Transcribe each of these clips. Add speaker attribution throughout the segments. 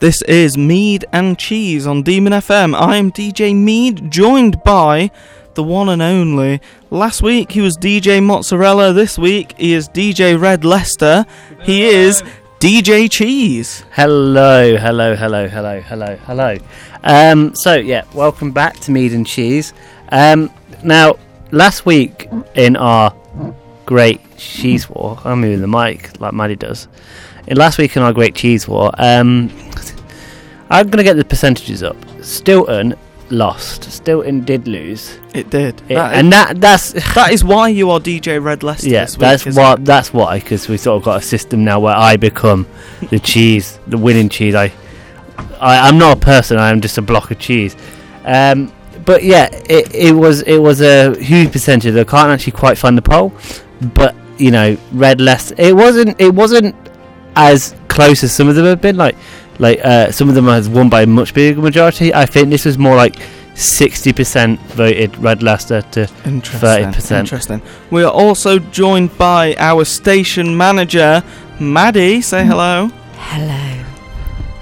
Speaker 1: This is Mead and Cheese on Demon FM. I am DJ Mead, joined by the one and only. Last week he was DJ Mozzarella, this week he is DJ Red Lester. He is DJ Cheese.
Speaker 2: Hello, hello, hello, hello, hello, hello. Um, so yeah, welcome back to Mead and Cheese. Um, now, last week in our great cheese war, I'm moving the mic like Maddie does. In last week in our great cheese war, um, I'm gonna get the percentages up. Stilton lost. Stilton did lose,
Speaker 1: It did.
Speaker 2: It-
Speaker 1: that,
Speaker 2: and
Speaker 1: is,
Speaker 2: that that's
Speaker 1: that is why you are DJ Red Lester
Speaker 2: yeah,
Speaker 1: this week.
Speaker 2: that's
Speaker 1: isn't it?
Speaker 2: what that's why because we sort of got a system now where I become the cheese, the winning cheese. I, I I'm not a person. I'm just a block of cheese. Um, but yeah, it, it was it was a huge percentage. I can't actually quite find the poll, but you know, red less. It wasn't it wasn't as close as some of them have been. Like like uh, some of them has won by a much bigger majority. I think this was more like. 60% voted Red Leicester to
Speaker 1: Interesting.
Speaker 2: 30%.
Speaker 1: Interesting. We are also joined by our station manager, Maddie. Say hello.
Speaker 3: Hello.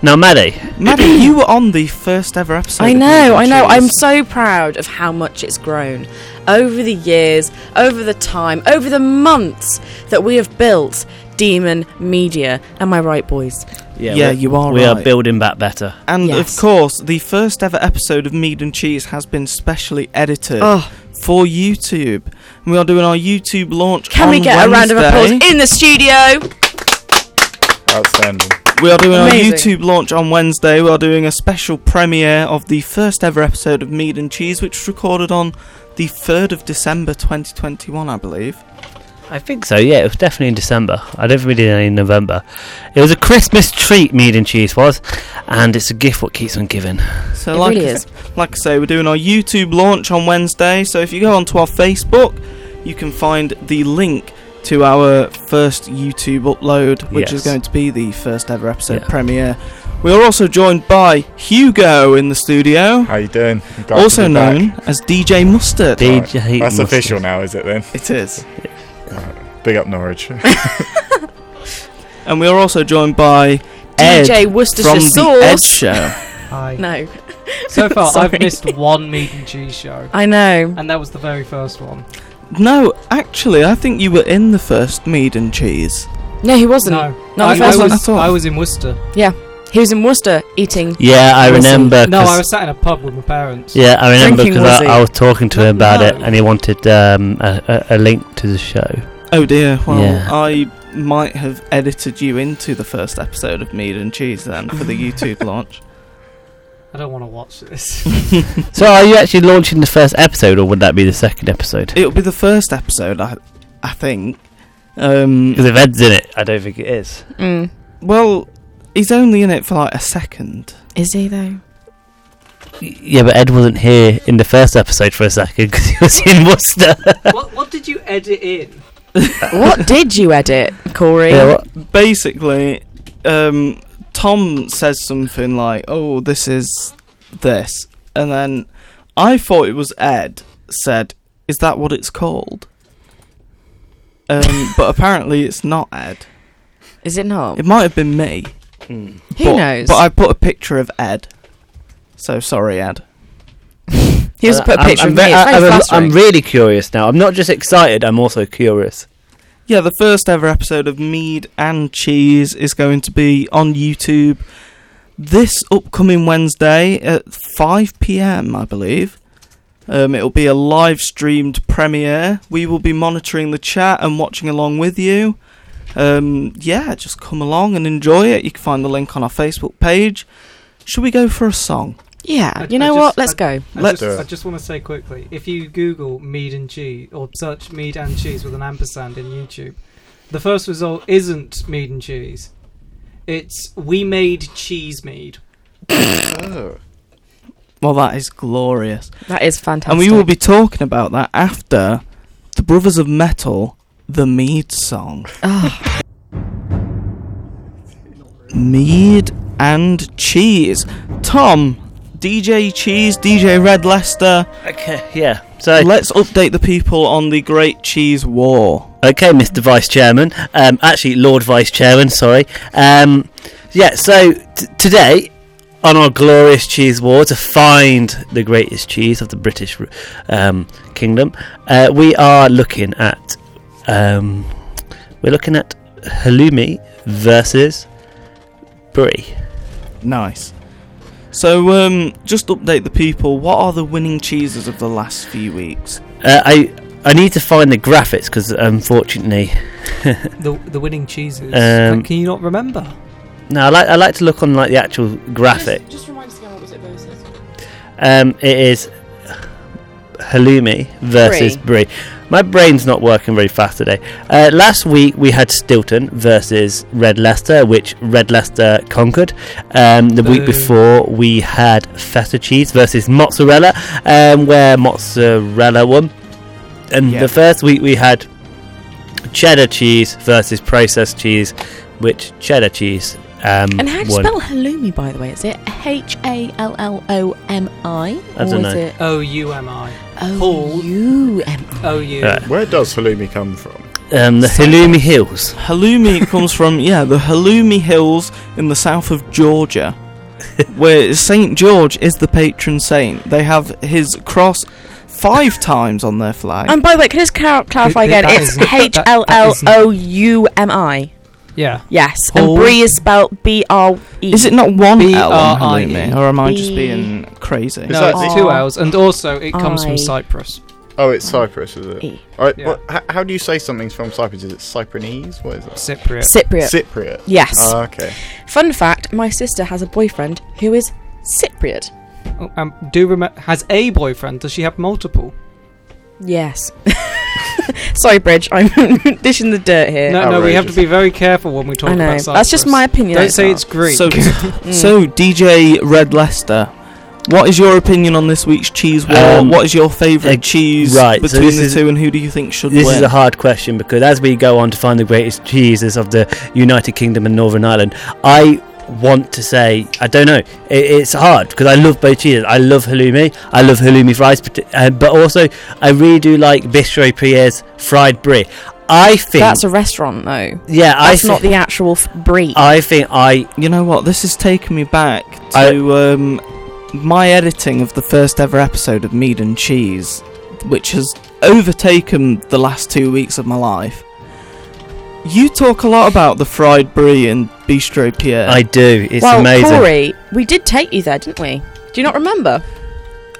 Speaker 2: now Maddie.
Speaker 1: Maddie, you were on the first ever episode.
Speaker 3: I
Speaker 1: of
Speaker 3: know,
Speaker 1: Mead
Speaker 3: I
Speaker 1: and
Speaker 3: know. I'm
Speaker 1: Cheese.
Speaker 3: so proud of how much it's grown over the years, over the time, over the months that we have built Demon Media. Am I right, boys?
Speaker 1: Yeah,
Speaker 2: we-
Speaker 1: you are
Speaker 2: We are
Speaker 1: right.
Speaker 2: building back better.
Speaker 1: And
Speaker 3: Yes.
Speaker 1: of course, the first ever episode of Mead and Cheese has been specially edited
Speaker 3: Oh,
Speaker 1: for YouTube. And we are doing our YouTube launch.
Speaker 3: can we
Speaker 1: on
Speaker 3: get a round of applause
Speaker 1: Wednesday.
Speaker 3: in the studio?
Speaker 4: Outstanding.
Speaker 1: We are doing our
Speaker 3: Amazing.
Speaker 1: YouTube launch on Wednesday. We are doing a special premiere of the first ever episode of Mead and Cheese, which was recorded on the 3rd of December 2021, I believe.
Speaker 2: I think so. Yeah, it was definitely in December. I don't think we did any in November. It was a Christmas treat, mead and cheese was, and it's a gift what keeps on giving.
Speaker 1: So
Speaker 3: It
Speaker 1: like
Speaker 3: really
Speaker 1: I,
Speaker 3: is.
Speaker 1: like I say, we're doing our YouTube launch on Wednesday. So if you go onto our Facebook, you can find the link to our first YouTube upload, which is
Speaker 2: Yes.
Speaker 1: going to be the first ever episode
Speaker 2: Yeah.
Speaker 1: premiere. We are also joined by Hugo in the studio,
Speaker 4: How you doing? I'm glad to
Speaker 1: also
Speaker 4: be back.
Speaker 1: known as DJ Mustard.
Speaker 4: Right.
Speaker 2: DJ
Speaker 4: That's
Speaker 2: Mustard.
Speaker 4: official now, is it then?
Speaker 1: it is.
Speaker 4: Big up Norwich.
Speaker 1: And we are also joined by Ed
Speaker 3: DJ Worcestershire
Speaker 1: from the Ed
Speaker 3: Sauce.
Speaker 1: Show.
Speaker 5: Hi.
Speaker 3: No,
Speaker 5: So far,
Speaker 3: Sorry.
Speaker 5: I've missed one meat and cheese show,
Speaker 3: I know.
Speaker 5: and that was the very first one.
Speaker 1: No, actually, I think you were in the first Mead and Cheese.
Speaker 3: No, he wasn't.
Speaker 5: No,
Speaker 3: Not
Speaker 5: I,
Speaker 3: the
Speaker 5: I
Speaker 3: first one.
Speaker 5: was,
Speaker 1: at all.
Speaker 5: I was in Worcester.
Speaker 3: He was in Worcester eating.
Speaker 2: Yeah, I
Speaker 3: Listen,
Speaker 2: remember.
Speaker 5: No,
Speaker 2: 'cause-
Speaker 5: I was sat in a pub with my parents.
Speaker 2: Yeah, I remember
Speaker 3: Drinking
Speaker 2: because I,
Speaker 3: Wazzy.
Speaker 2: I was talking to him about it,
Speaker 5: No.
Speaker 2: and he wanted um, a, a, a link to the show.
Speaker 1: Oh dear. Well,
Speaker 2: Yeah.
Speaker 1: I might have edited you into the first episode of Mead and Cheese then for the YouTube launch.
Speaker 5: I don't want to watch this.
Speaker 2: So, are you actually launching the first episode, or would that be the second episode?
Speaker 1: It'll be the first episode, I, I think. Um,
Speaker 2: Because if Ed's in it, I don't think it is.
Speaker 3: Mm.
Speaker 1: well, he's only in it for like a second.
Speaker 3: Is he though?
Speaker 2: Y- Yeah, but Ed wasn't here in the first episode for a second because he was in Worcester.
Speaker 5: what, what did you edit in?
Speaker 3: what did you edit, Corey?
Speaker 2: Yeah, what-
Speaker 1: Basically, um, Tom says something like, "Oh, this is this," and then I thought it was Ed said, "Is that what it's called?" Um, but apparently, it's not Ed.
Speaker 3: Is it not?
Speaker 1: It might have been me.
Speaker 2: Hmm.
Speaker 3: Who
Speaker 1: but,
Speaker 3: knows?
Speaker 1: But I put a picture of Ed. So sorry, Ed.
Speaker 3: he also put a
Speaker 2: I'm-
Speaker 3: picture
Speaker 2: I'm,
Speaker 3: of
Speaker 2: ve-
Speaker 3: me. It's very
Speaker 2: I'm- I'm,
Speaker 3: flattering.
Speaker 2: really curious now. I'm not just excited. I'm also curious.
Speaker 1: Yeah, the first ever episode of Mead and Cheese is going to be on YouTube this upcoming Wednesday at 5 p.m., I believe. Um, it'll be a live streamed premiere. We will be monitoring the chat and watching along with you. Um, yeah, just come along and enjoy it. You can find the link on our Facebook page. Should we go for a song?
Speaker 3: Yeah,
Speaker 5: I-
Speaker 3: you
Speaker 5: I
Speaker 3: know
Speaker 5: just-
Speaker 3: what? Let's go.
Speaker 5: I
Speaker 1: Let's-
Speaker 5: just, I just want to say quickly, if you Google mead and cheese or search mead and cheese with an ampersand in YouTube, the first result isn't mead and cheese. It's we made cheese mead.
Speaker 1: Well, that is glorious.
Speaker 3: That is fantastic.
Speaker 1: And we will be talking about that after the Brothers of Metal, the Mead song.
Speaker 3: Ah,
Speaker 1: Mead and cheese. Tom, DJ Cheese, DJ Red Lester.
Speaker 2: Okay, yeah. So,
Speaker 1: Let's update the people on the Great Cheese War.
Speaker 2: okay, Mr. Vice Chairman. Um, actually, Lord Vice Chairman. Sorry. Um, Yeah, so t- today on our glorious cheese war to find the greatest cheese of the British um, kingdom, uh, we are looking at um, we're looking at halloumi versus brie.
Speaker 1: Nice. So, um, just update the people. What are the winning cheeses of the last few weeks?
Speaker 2: Uh, I I need to find the graphics because unfortunately,
Speaker 5: The, the winning cheeses.
Speaker 2: Um,
Speaker 5: Can you not remember?
Speaker 2: no, I like I like to look on like the actual graphic.
Speaker 6: Just, just remind us again what was it versus?
Speaker 2: Um, it is halloumi versus brie. My brain's not working very fast today. Uh, last week we had Stilton versus Red Leicester, which Red Leicester conquered. Um, the week
Speaker 5: Boo.
Speaker 2: before we had feta cheese versus mozzarella, um, where mozzarella won. And
Speaker 1: Yeah.
Speaker 2: the first week we had cheddar cheese versus processed cheese, which cheddar cheese um,
Speaker 3: And how do you
Speaker 2: won.
Speaker 3: spell halloumi, by the way? Is it H A L L O M I?
Speaker 2: I don't
Speaker 3: or
Speaker 2: know.
Speaker 3: is it
Speaker 5: O U M I.
Speaker 3: O
Speaker 5: Paul.
Speaker 3: U M I?
Speaker 5: O U.
Speaker 2: Right.
Speaker 4: Where does halloumi come from?
Speaker 2: um, the halloumi hills.
Speaker 1: Halloumi comes from yeah the Halloumi Hills in the south of Georgia, where Saint George is the patron saint. They have his cross five times on their flag.
Speaker 3: And by the way, can I just clar- clarify
Speaker 5: Th- th-
Speaker 3: again?
Speaker 5: that
Speaker 3: It's
Speaker 5: isn't- that-
Speaker 3: H
Speaker 5: that
Speaker 3: L L
Speaker 5: isn't-
Speaker 3: O U M I.
Speaker 5: Yeah.
Speaker 3: Yes.
Speaker 1: Paul.
Speaker 3: And Brie is spelt B R E.
Speaker 1: is it not one L on
Speaker 5: B-R-I-E.
Speaker 1: halloumi, or am I just
Speaker 3: B-
Speaker 1: being crazy?
Speaker 4: Is
Speaker 5: No,
Speaker 4: that
Speaker 5: it's
Speaker 3: the-
Speaker 5: two L's, and also it comes
Speaker 3: I-
Speaker 5: from Cyprus.
Speaker 4: Oh, it's Cyprus, is it?
Speaker 3: E.
Speaker 4: All right,
Speaker 5: Yeah.
Speaker 4: what, h- how do you say something's from Cyprus? Is it Cyprinese? What is it?
Speaker 5: Cypriot.
Speaker 3: Cypriot?
Speaker 4: Cypriot.
Speaker 3: yes.
Speaker 4: Ah, okay.
Speaker 3: Fun fact: My sister has a boyfriend who is Cypriot.
Speaker 5: Oh, um, do remember has a boyfriend? Does she have multiple?
Speaker 3: Yes. Sorry, Bridge. I'm dishing the dirt here.
Speaker 5: No, no. We have to
Speaker 4: Outrageous.
Speaker 5: be very careful when we talk
Speaker 3: I know.
Speaker 5: about Cyprus.
Speaker 3: That's just my opinion.
Speaker 5: Don't say it's Greek.
Speaker 1: So, um, so DJ Red Leicester, what is your opinion on this week's cheese war?
Speaker 2: Um,
Speaker 1: what is your favourite
Speaker 2: eh,
Speaker 1: cheese
Speaker 2: right, so
Speaker 1: between
Speaker 2: this
Speaker 1: the
Speaker 2: is-
Speaker 1: two, and who do you think should
Speaker 2: This
Speaker 1: win?
Speaker 2: is a hard question because as we go on to find the greatest cheeses of the United Kingdom and Northern Ireland, I want to say I don't know. It, it's hard because I love both cheeses. I love halloumi. I love halloumi fries, but, uh, but also I really do like Bistro Prie's fried brie. I think
Speaker 3: That's a restaurant, though.
Speaker 2: yeah. I Oh,
Speaker 3: That's
Speaker 2: thi-
Speaker 3: not the actual f- Brie.
Speaker 2: I think I
Speaker 1: You know what? This is taking me back
Speaker 2: I-
Speaker 1: to um, my editing of the first ever episode of Mead and Cheese, which has overtaken the last two weeks of my life. You talk a lot about the fried brie and bistro Pierre.
Speaker 2: I do. It's
Speaker 3: well,
Speaker 2: amazing.
Speaker 3: Corey, we did take you there, didn't we? Do you not remember?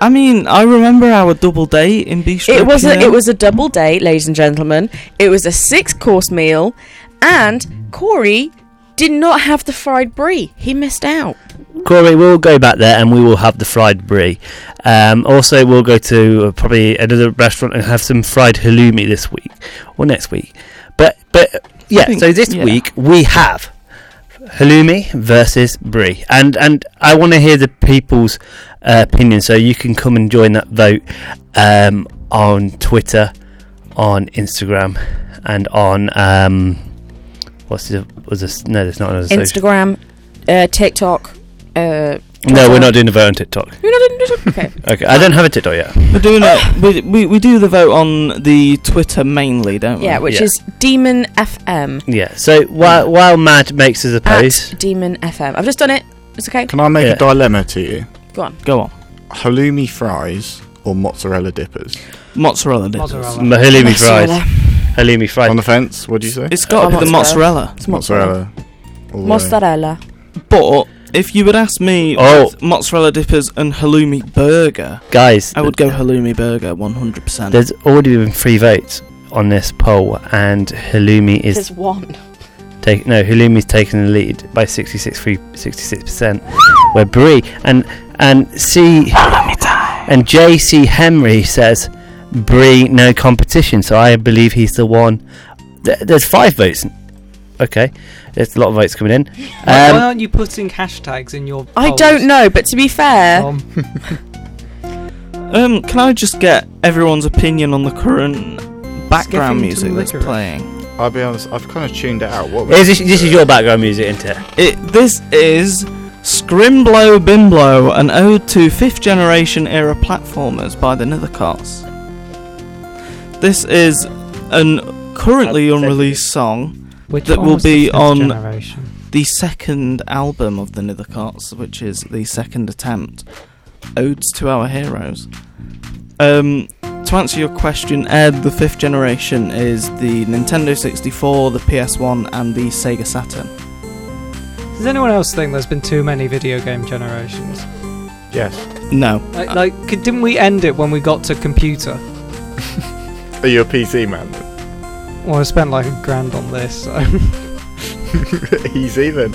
Speaker 1: I mean, I remember our double date in bistro.
Speaker 3: It was a,
Speaker 1: Pierre.
Speaker 3: it was a double date, ladies and gentlemen. It was a six course meal, and Corey did not have the fried brie. He missed out.
Speaker 2: Corey, we'll go back there and we will have the fried brie. Um, also, we'll go to uh, probably another restaurant and have some fried halloumi this week or next week. But but uh, yeah,
Speaker 1: think-
Speaker 2: so this
Speaker 1: yeah.
Speaker 2: week we have halloumi versus brie, and and I want to hear the people's uh, opinion, so you can come and join that vote um, on Twitter, on Instagram, and on um, what's the was this? No, there's not another social.
Speaker 3: Instagram, uh, TikTok. Uh,
Speaker 2: No, we're not doing the vote on TikTok.
Speaker 3: You're not doing it? Okay.
Speaker 2: Okay, I don't have a TikTok yet.
Speaker 1: We're doing it. We, we, we do the vote on the Twitter mainly, don't we?
Speaker 3: Yeah, which
Speaker 2: Yeah.
Speaker 3: is Demon FM.
Speaker 2: Yeah. So while while Mad makes his
Speaker 3: At
Speaker 2: opposed,
Speaker 3: Demon FM. I've just done it. It's okay.
Speaker 4: Can I make
Speaker 2: Yeah.
Speaker 4: a dilemma to you?
Speaker 3: Go on.
Speaker 1: Go on.
Speaker 4: Halloumi fries or mozzarella dippers?
Speaker 1: Mozzarella. dippers.
Speaker 5: Mozzarella.
Speaker 2: halloumi
Speaker 3: Mozzarella.
Speaker 2: fries, halloumi
Speaker 4: On
Speaker 2: fries.
Speaker 4: the fence, what do you say?
Speaker 1: It's got to be the mozzarella.
Speaker 3: It's mozzarella.
Speaker 4: All the way.
Speaker 3: Mozzarella.
Speaker 1: But if you would ask me,
Speaker 2: Oh.
Speaker 1: with mozzarella dippers and halloumi burger,
Speaker 2: Guys,
Speaker 1: I would go halloumi burger 100%.
Speaker 2: There's already been three votes on this poll, and halloumi
Speaker 3: There's
Speaker 2: is
Speaker 3: one.
Speaker 2: taking no halloumi's taking the lead by 66 percent. Where Brie and and C and J C Henry says Brie no competition. So I believe he's the one. Th- There's five votes. Okay, there's a lot of votes coming in.
Speaker 5: Why
Speaker 2: Um,
Speaker 5: aren't you putting hashtags in your?
Speaker 3: I
Speaker 5: polls,
Speaker 3: don't know, but to be fair,
Speaker 5: Tom?
Speaker 1: Um, can I just get everyone's opinion on the current background
Speaker 5: Skiffington
Speaker 1: music that's
Speaker 5: licorice.
Speaker 1: playing?
Speaker 4: I'll be honest, I've kind of tuned it out. What
Speaker 2: is this, this is your background music, isn't it?
Speaker 1: It, this is Scrimblow Bimblow, an ode to fifth generation era platformers by the Nethercots. This is an currently
Speaker 2: I'd say-
Speaker 1: unreleased song.
Speaker 5: Which
Speaker 1: That
Speaker 5: one
Speaker 1: will
Speaker 5: was the
Speaker 1: be
Speaker 5: fifth
Speaker 1: on-
Speaker 5: Generation?
Speaker 1: the second album of the Nithercots, which is the second attempt, Odes to Our Heroes. Um, to answer your question, Ed, the fifth generation is the Nintendo 64, the PS1, and the Sega Saturn.
Speaker 5: Does anyone else think there's been too many video game generations?
Speaker 4: Yes.
Speaker 1: No.
Speaker 5: Like, like c- didn't we end it when we got to computer?
Speaker 4: Are you a PC man?
Speaker 5: Well, I spent like a grand on this. So.
Speaker 4: Easy then.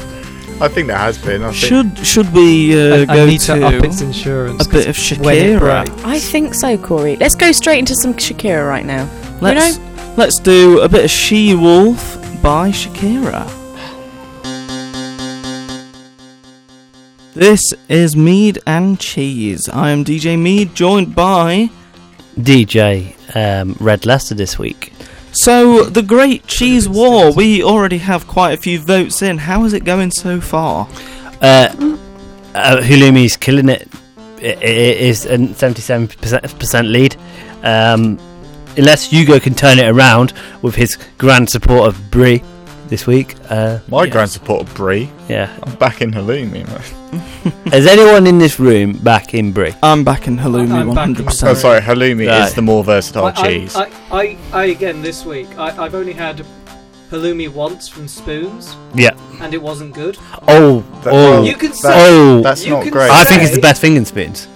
Speaker 4: I think there has been. I think
Speaker 1: Should should we uh,
Speaker 5: I, I
Speaker 1: go
Speaker 5: need
Speaker 1: to,
Speaker 5: to up its insurance.
Speaker 1: a bit
Speaker 5: 'cause
Speaker 1: of
Speaker 5: when it
Speaker 1: Shakira?
Speaker 5: breaks-
Speaker 3: I think so, Corey. Let's go straight into some Shakira right now.
Speaker 1: Let's let's do a bit of She Wolf by Shakira. This is Mead and Cheese. I am DJ Mead, joined by.
Speaker 2: DJ um, Red Leicester this week.
Speaker 1: So, the Great Cheese War, we already have quite a few votes in. How is it going so far?
Speaker 2: Uh, uh, Hulumi's killing it. It, it is a 77% lead. Um, unless Hugo can turn it around with his grand support of Brie this week. Uh,
Speaker 4: my
Speaker 2: yeah,
Speaker 4: grand support of Brie.
Speaker 2: Yeah.
Speaker 4: I'm back in halloumi, man.
Speaker 2: Is anyone in this room back in Brie?
Speaker 1: I'm back in Halloumi
Speaker 5: I'm back in
Speaker 1: 100%.
Speaker 4: Oh, sorry. Halloumi
Speaker 2: Right.
Speaker 4: is the more versatile
Speaker 5: I, I-
Speaker 4: cheese.
Speaker 5: I, I, I, again this week. I, I've only had halloumi once from Spoons,
Speaker 2: Yeah.
Speaker 5: and it wasn't good.
Speaker 2: Oh,
Speaker 4: That-
Speaker 2: oh,
Speaker 5: You can say.
Speaker 2: oh.
Speaker 4: That's
Speaker 5: You
Speaker 4: not
Speaker 5: can
Speaker 4: great.
Speaker 2: I think it's
Speaker 5: say-
Speaker 2: the best thing in spoons.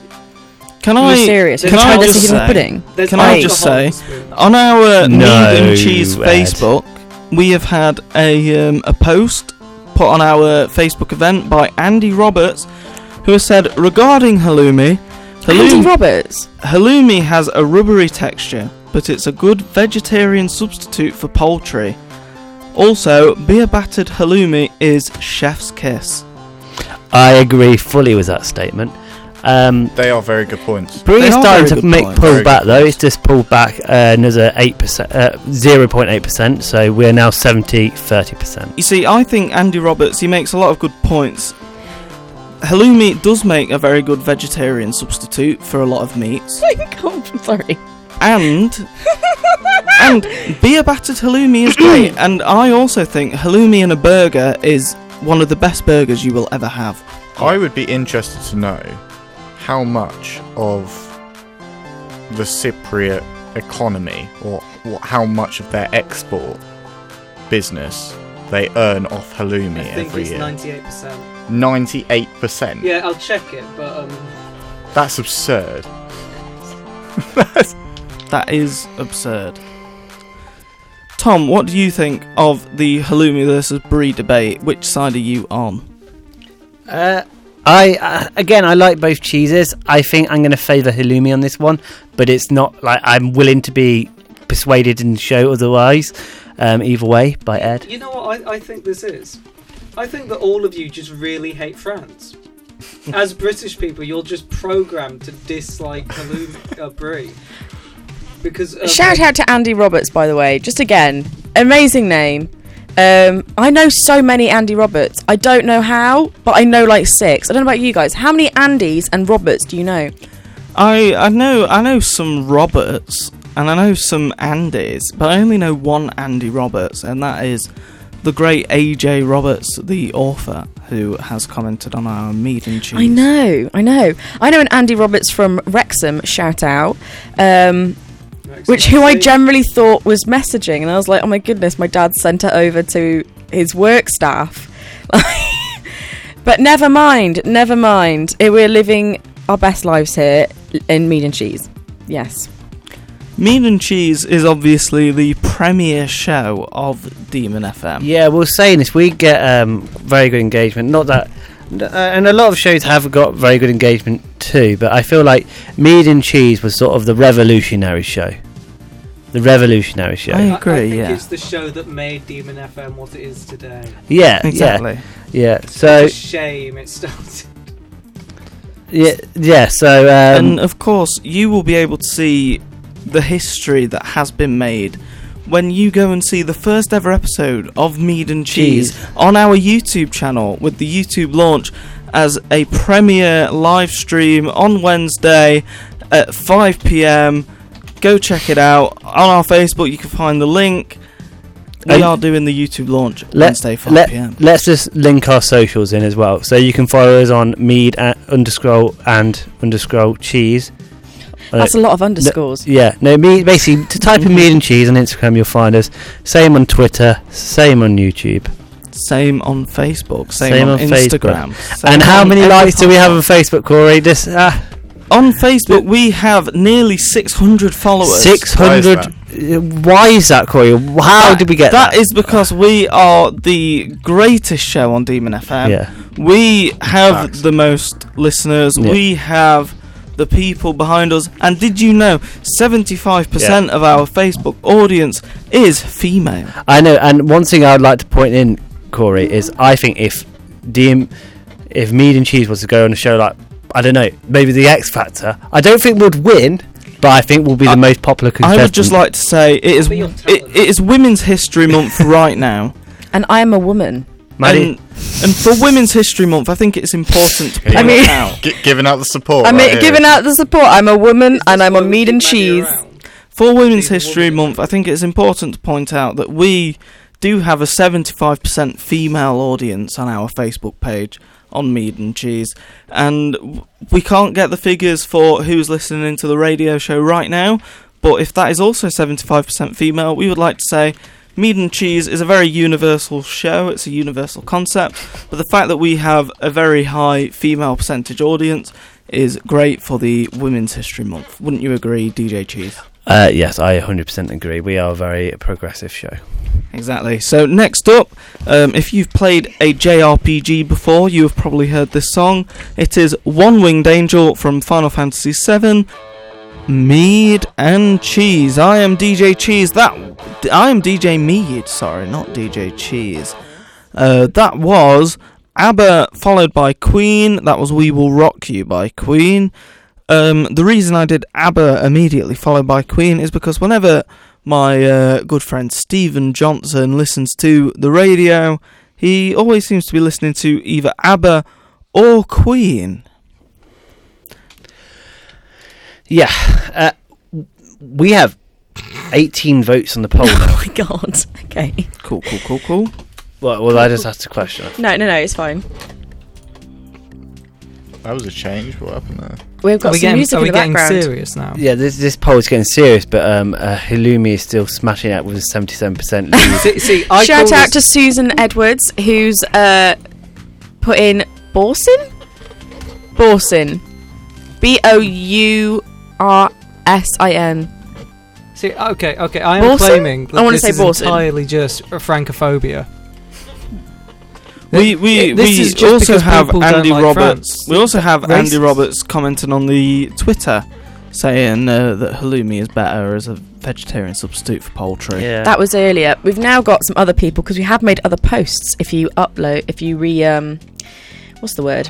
Speaker 1: Can
Speaker 3: Are
Speaker 1: I.
Speaker 3: you serious?
Speaker 1: Can
Speaker 3: Have you
Speaker 1: I
Speaker 3: tried this
Speaker 1: just
Speaker 3: chicken
Speaker 1: say-
Speaker 3: pudding?
Speaker 5: There's
Speaker 1: Can I
Speaker 5: alcohol
Speaker 1: just say-
Speaker 5: in Spoons.
Speaker 1: On our
Speaker 2: No,
Speaker 1: Mead and Cheese
Speaker 2: Ed.
Speaker 1: Facebook, we have had a um, a post put on our Facebook event by Andy Roberts, who has said regarding halloumi,
Speaker 3: Andy
Speaker 1: halloumi,
Speaker 3: Roberts.
Speaker 1: halloumi has a rubbery texture, but it's a good vegetarian substitute for poultry. Also, beer battered halloumi is chef's kiss.
Speaker 2: I agree fully with that statement. Um,
Speaker 4: They are very good points.
Speaker 2: Brie
Speaker 1: They
Speaker 2: is
Speaker 1: are
Speaker 2: starting
Speaker 1: very
Speaker 2: to
Speaker 1: good
Speaker 2: make
Speaker 1: points.
Speaker 2: pull
Speaker 4: Very
Speaker 2: back
Speaker 4: good
Speaker 2: though.
Speaker 4: points.
Speaker 2: It's just pulled back uh, another eight percent, zero point eight percent. So we're now 70 30 percent.
Speaker 1: You see, I think Andy Roberts, he makes a lot of good points. Halloumi does make a very good vegetarian substitute for a lot of meats.
Speaker 3: Oh, I'm sorry.
Speaker 1: And and beer battered halloumi is great. and I also think halloumi in a burger is one of the best burgers you will ever have.
Speaker 4: I would be interested to know how much of the Cypriot economy, or wh- how much of their export business they earn off halloumi
Speaker 5: I think
Speaker 4: every
Speaker 5: it's
Speaker 4: year.
Speaker 5: ninety-eight percent.
Speaker 4: Ninety-eight percent.
Speaker 5: Yeah, I'll check it, but um,
Speaker 4: That's absurd.
Speaker 1: That is absurd. Tom, what do you think of the halloumi versus brie debate? Which side are you on?
Speaker 2: Uh, I uh, again, I like both cheeses. I think I'm going to favour halloumi on this one, but it's not like I'm willing to be persuaded and show otherwise. Um, either way, by Ed.
Speaker 5: you know what? I, I think this is. I think that all of you just really hate France. As British people, you're just programmed to dislike halloumi uh, brie because um, of-
Speaker 3: Shout out to Andy Roberts, by the way. Just again, amazing name. Um, I know so many Andy Roberts. I don't know how, but I know like six. I don't know about you guys. How many Andys and Roberts do you know?
Speaker 1: I I know I know some Roberts and I know some Andys, but I only know one Andy Roberts, and that is the great AJ Roberts, the author, who has commented on our meat and cheese.
Speaker 3: I know, I know. I know an Andy Roberts from Wrexham. Shout out. Um, which who I generally thought was messaging, and I was like, oh my goodness, my dad sent it over to his work staff. but never mind, never mind. Eh, We're living our best lives here in meat and cheese. Yes.
Speaker 1: Meat and Cheese is obviously the premier show of Demon FM.
Speaker 2: Yeah, we're saying this. We get um, very good engagement. Not that, uh, and a lot of shows have got very good engagement too. But I feel like Mead and Cheese was sort of the revolutionary show. The revolutionary show.
Speaker 1: I
Speaker 5: I, I
Speaker 1: agree,
Speaker 5: think
Speaker 1: Oh, yeah.
Speaker 5: it's the show that made Demon FM what it is today.
Speaker 2: yeah,
Speaker 1: Exactly.
Speaker 2: yeah, yeah. So
Speaker 5: It's a shame it started.
Speaker 2: yeah, yeah. So um,
Speaker 1: and of course, you will be able to see the history that has been made when you go and see the first ever episode of Mead and Cheese,
Speaker 2: Cheese.
Speaker 1: on our YouTube channel with the YouTube launch as a premiere live stream on Wednesday at 5 p.m. Go check it out on our Facebook. You can find the link. We
Speaker 2: And-
Speaker 1: are doing the YouTube launch
Speaker 2: Let-
Speaker 1: Wednesday, 5
Speaker 2: let-
Speaker 1: pm.
Speaker 2: Let's just link our socials in as well. So you can follow us on mead at underscore and underscore cheese.
Speaker 5: Uh,
Speaker 3: That's a lot of underscores.
Speaker 2: Yeah, no, me basically to type
Speaker 1: Mm-hmm.
Speaker 2: in mead and cheese on Instagram, you'll find us. Same on Twitter, same on YouTube.
Speaker 1: Same on Facebook. Same,
Speaker 2: Same
Speaker 1: on,
Speaker 2: on
Speaker 1: Instagram. same
Speaker 2: and how
Speaker 1: on
Speaker 2: many
Speaker 1: every
Speaker 2: likes do we have on
Speaker 1: platform.
Speaker 2: Facebook, Corey? Just uh,
Speaker 1: On Facebook, we have nearly 600 followers.
Speaker 2: six
Speaker 4: Why
Speaker 2: hundred. uh, Why is that, Corey? How
Speaker 1: That-
Speaker 2: did we get that?
Speaker 1: That is because we are the greatest show on Demon FM.
Speaker 2: yeah,
Speaker 1: We have
Speaker 4: Facts.
Speaker 1: the most listeners.
Speaker 2: Yeah.
Speaker 1: We have the people behind us. And did you know 75% of our Facebook audience is female?
Speaker 2: I know. And one thing I would like to point in, Corey, is I think if DM, if mead and cheese was to go on a show like I don't know, maybe the X Factor, I don't think would win, but I think will be the
Speaker 1: I-
Speaker 2: most popular contestant.
Speaker 1: I would just like to say it is
Speaker 5: For your
Speaker 1: it,
Speaker 5: talent.
Speaker 1: it is Women's History Month right now.
Speaker 3: And I am a woman.
Speaker 2: Maddie,
Speaker 1: And, and for Women's History Month, I think it's important to
Speaker 4: I
Speaker 1: point I
Speaker 3: mean-
Speaker 1: out
Speaker 4: G- giving out the
Speaker 5: Oh,
Speaker 4: support.
Speaker 3: I'm
Speaker 4: right here.
Speaker 3: giving out the support. I'm a woman
Speaker 5: Is
Speaker 3: and
Speaker 5: this
Speaker 3: I'm on
Speaker 5: why we
Speaker 3: meat
Speaker 5: keep
Speaker 3: and
Speaker 5: Maddie
Speaker 3: cheese.
Speaker 5: around?
Speaker 1: for Women's
Speaker 5: Be the
Speaker 1: History
Speaker 5: woman.
Speaker 1: Month, I think it's important to point out that we do have a 75% female audience on our Facebook page on Mead and Cheese, and w- we can't get the figures for who's listening to the radio show right now. But if that is also 75% female, we would like to say Mead and Cheese is a very universal show, it's a universal concept, but the fact that we have a very high female percentage audience is great for the Women's History Month. Wouldn't you agree, DJ Cheese?
Speaker 2: uh, yes, I 100% agree. We are a very progressive show.
Speaker 1: Exactly. So next up, um, if you've played a JRPG before, you have probably heard this song. It is One Winged Angel from Final Fantasy VII. Mead and cheese. I am DJ Cheese. That I am DJ Mead. Sorry, not DJ Cheese. Uh, that was ABBA followed by Queen. That was We Will Rock You by Queen. Um, the reason I did ABBA immediately followed by Queen is because whenever my uh, good friend Stephen Johnson listens to the radio. He always seems to be listening to either ABBA or Queen.
Speaker 2: Yeah, uh, we have 18 votes on the poll now.
Speaker 3: Oh my god. Okay.
Speaker 1: Cool, cool, cool, cool.
Speaker 2: well, well, I just asked a question.
Speaker 3: No, no, no. It's fine.
Speaker 4: That was a change. What happened there?
Speaker 3: We've
Speaker 5: Are
Speaker 3: got
Speaker 5: we
Speaker 3: some music
Speaker 5: getting,
Speaker 3: in
Speaker 5: are we
Speaker 3: the
Speaker 5: getting
Speaker 3: background.
Speaker 5: serious now?
Speaker 2: Yeah, this this poll is getting serious, but um, uh, Hilumi is still smashing out with a 77% lead.
Speaker 5: See, see, I
Speaker 3: Shout
Speaker 5: call
Speaker 3: out
Speaker 5: this-
Speaker 3: to Susan Edwards, who's uh, put in Borsin? Borsin. B O U R S I N.
Speaker 5: See, okay, okay. I am
Speaker 3: Borson?
Speaker 5: claiming that
Speaker 3: I wanna
Speaker 5: this
Speaker 3: say
Speaker 5: is
Speaker 3: Borson.
Speaker 5: entirely just francophobia.
Speaker 1: We we
Speaker 5: Th- this
Speaker 1: we
Speaker 5: is just
Speaker 1: also
Speaker 5: because
Speaker 1: have
Speaker 5: people don't
Speaker 1: Andy
Speaker 5: like
Speaker 1: Roberts.
Speaker 5: France.
Speaker 1: We also have Andy
Speaker 5: Racist.
Speaker 1: Roberts commenting on the Twitter saying uh, that halloumi is better as a vegetarian substitute for poultry.
Speaker 2: yeah.
Speaker 3: That was earlier. We've now got some other people because we have made other posts. If you upload, if you re, um, what's the word?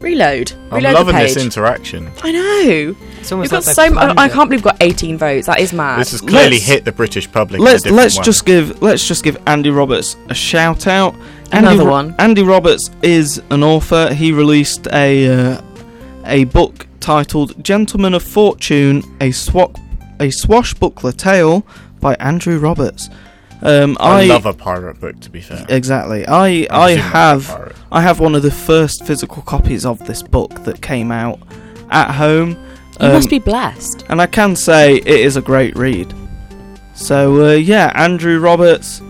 Speaker 3: Reload.
Speaker 4: I'm
Speaker 3: Reload the
Speaker 4: loving
Speaker 3: page.
Speaker 4: this interaction.
Speaker 3: I know.
Speaker 5: It's
Speaker 3: We've
Speaker 5: almost
Speaker 3: got
Speaker 5: like
Speaker 3: so.
Speaker 5: they've
Speaker 3: M-
Speaker 5: planned
Speaker 3: I
Speaker 5: it.
Speaker 3: can't believe we've got 18 votes. That is mad.
Speaker 4: This has clearly
Speaker 1: let's-
Speaker 4: hit the British public. in a
Speaker 1: Let's
Speaker 4: different
Speaker 1: let's
Speaker 4: way.
Speaker 1: just give let's just give Andy Roberts a shout out. Andy
Speaker 3: Another
Speaker 1: Ro-
Speaker 3: one.
Speaker 1: Andy Roberts is an author. He released a uh, a book titled "Gentleman of Fortune: A Swap a Swashbuckler Tale" by Andrew Roberts. Um, e
Speaker 4: I, love a pirate book. To be fair,
Speaker 1: exactly. I I
Speaker 4: presume that's a
Speaker 1: have
Speaker 4: pirate.
Speaker 1: I have one of the first physical copies of this book that came out at home.
Speaker 3: you
Speaker 1: Um,
Speaker 3: must be blessed.
Speaker 1: and I can say it is a great read. So uh, yeah, Andrew Roberts,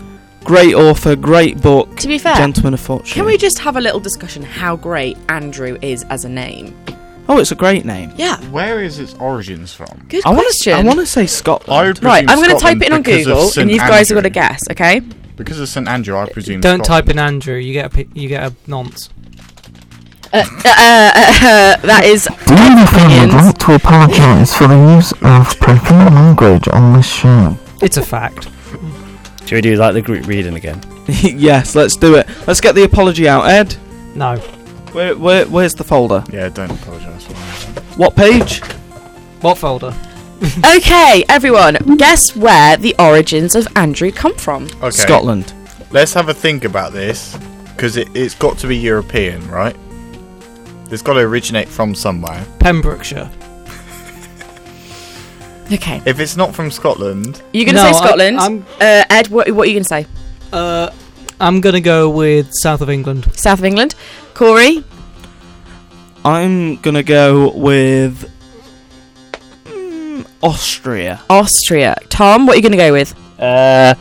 Speaker 1: great author, great book,
Speaker 3: To be fair,
Speaker 1: Gentleman of Fortune.
Speaker 3: can we just have a little discussion how great Andrew is as a name?
Speaker 1: oh, it's a great name.
Speaker 3: Yeah.
Speaker 4: Where is its origins from?
Speaker 3: Good
Speaker 1: I want to.
Speaker 3: question.
Speaker 1: I want to say Scotland.
Speaker 4: would
Speaker 3: Right,
Speaker 4: presume
Speaker 3: I'm going to type
Speaker 4: Scotland
Speaker 3: it in on
Speaker 4: because of
Speaker 3: Google,
Speaker 4: St.
Speaker 3: and you guys have got to
Speaker 4: Andrew.
Speaker 3: guess, okay?
Speaker 4: Because of St Andrew, I presume.
Speaker 5: Don't type
Speaker 4: Scotland.
Speaker 5: in Andrew. You get a pi- you get a nonce.
Speaker 3: Uh, uh, uh, that is.
Speaker 7: Dear friend, I'd like to apologise for the use of profane language on this show.
Speaker 5: It's a fact.
Speaker 2: Should we do like the group reading again?
Speaker 1: yes, let's do it. Let's get the apology out, Ed.
Speaker 5: No.
Speaker 1: Where, where, where's the folder?
Speaker 4: Yeah, don't apologise for that.
Speaker 1: What page?
Speaker 5: What folder?
Speaker 3: Okay, everyone, guess where the origins of Andrew come from?
Speaker 4: Okay,
Speaker 1: Scotland.
Speaker 4: let's have a think about this because it, it's got to be European, right? It's got to originate from somewhere.
Speaker 5: Pembrokeshire.
Speaker 3: Okay.
Speaker 4: If it's not from Scotland,
Speaker 3: You're going to
Speaker 5: No,
Speaker 3: say Scotland.
Speaker 5: I, am
Speaker 3: uh, Ed, what, what are you going to say?
Speaker 5: uh, I'm gonna go with South of England.
Speaker 3: South of England. Corey?
Speaker 1: I'm gonna go with mm, Austria.
Speaker 3: Austria. Tom, what are you going to go with?
Speaker 2: Uh,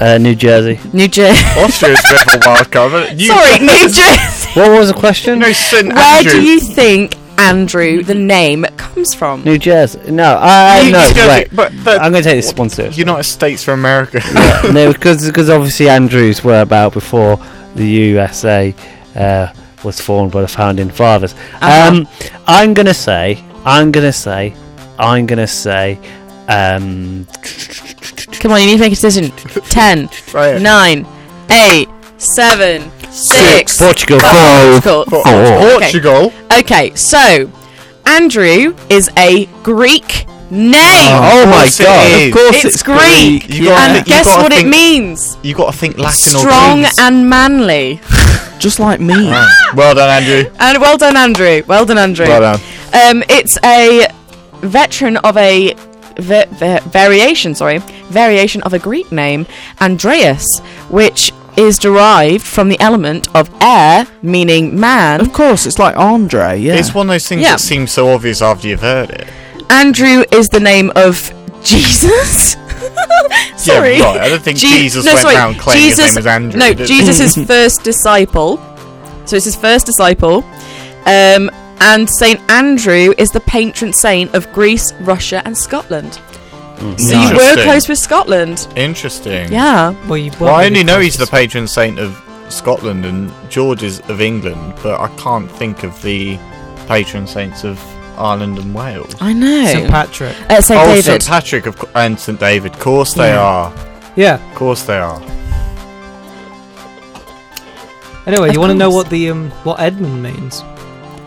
Speaker 2: uh, New Jersey.
Speaker 3: New Jersey.
Speaker 4: Austria's a bit of a wild card. isn't it? You-
Speaker 3: Sorry, New Jersey.
Speaker 2: What was the question?
Speaker 4: No, St.
Speaker 3: Where
Speaker 4: Andrew.
Speaker 3: do you think Andrew, the name, comes from?
Speaker 2: New Jersey. No, I
Speaker 4: You-
Speaker 2: no.
Speaker 4: you don't
Speaker 2: Wait,
Speaker 4: think- but the
Speaker 2: I'm going to take this one seriously.
Speaker 4: United States for America.
Speaker 2: no, because because obviously Andrews were about before the USA uh, was formed by the founding fathers. Um, I'm gonna say, I'm gonna say, I'm gonna say, um,
Speaker 3: Come on, you need to make a decision. Ten,
Speaker 4: right.
Speaker 3: nine, eight, seven, six.
Speaker 2: Portugal.
Speaker 7: Five,
Speaker 3: Cool.
Speaker 7: four,
Speaker 3: Oh, Okay.
Speaker 4: Portugal.
Speaker 3: Okay, so Andrew is a Greek name.
Speaker 2: Oh
Speaker 4: Of
Speaker 2: my
Speaker 4: course it
Speaker 2: God!
Speaker 4: is.
Speaker 2: Of course
Speaker 3: It's
Speaker 2: it's,
Speaker 3: Greek.
Speaker 4: You gotta
Speaker 3: and
Speaker 4: thi- you
Speaker 3: guess
Speaker 4: gotta
Speaker 3: what it
Speaker 4: think-
Speaker 3: means?
Speaker 4: You got to think Latin
Speaker 3: Strong
Speaker 4: or Greek.
Speaker 3: and manly.
Speaker 1: Just like me.
Speaker 4: Ah, well done, Andrew.
Speaker 3: And well done, Andrew. Well done, Andrew.
Speaker 4: Well done.
Speaker 3: Um, it's a veteran of a ve- ve- variation, sorry, variation of a Greek name, Andreas, which is derived from the element of air, meaning man.
Speaker 1: Of course, it's like Andre. Yeah.
Speaker 4: It's one of those things
Speaker 3: Yeah.
Speaker 4: that seems so obvious after you've heard it.
Speaker 3: Andrew is the name of Jesus. sorry.
Speaker 4: Yeah, right. I don't think
Speaker 3: Je-
Speaker 4: Jesus
Speaker 3: no,
Speaker 4: went
Speaker 3: sorry,
Speaker 4: around claiming his
Speaker 3: Jesus-
Speaker 4: name was Andrew.
Speaker 3: No,
Speaker 4: did he?
Speaker 3: Jesus' first disciple. So it's his first disciple. Um, and St. Andrew is the patron saint of Greece, Russia, and Scotland. So you were
Speaker 4: Hmm. Interesting.
Speaker 3: close with Scotland.
Speaker 4: Interesting.
Speaker 3: Yeah.
Speaker 5: Well, you.
Speaker 4: Well, I only know he's the patron saint of Scotland and George is of England, but I can't think of the patron saints of Ireland and Wales.
Speaker 3: I know.
Speaker 5: St. Patrick.
Speaker 3: Uh, St.
Speaker 4: oh,
Speaker 3: David.
Speaker 4: St Patrick of co- and St David. Of course they
Speaker 3: Yeah.
Speaker 4: are.
Speaker 5: Yeah.
Speaker 4: Of course they are.
Speaker 5: Anyway,
Speaker 3: Of
Speaker 5: you want to know
Speaker 3: course.
Speaker 5: what the um what Edmund means?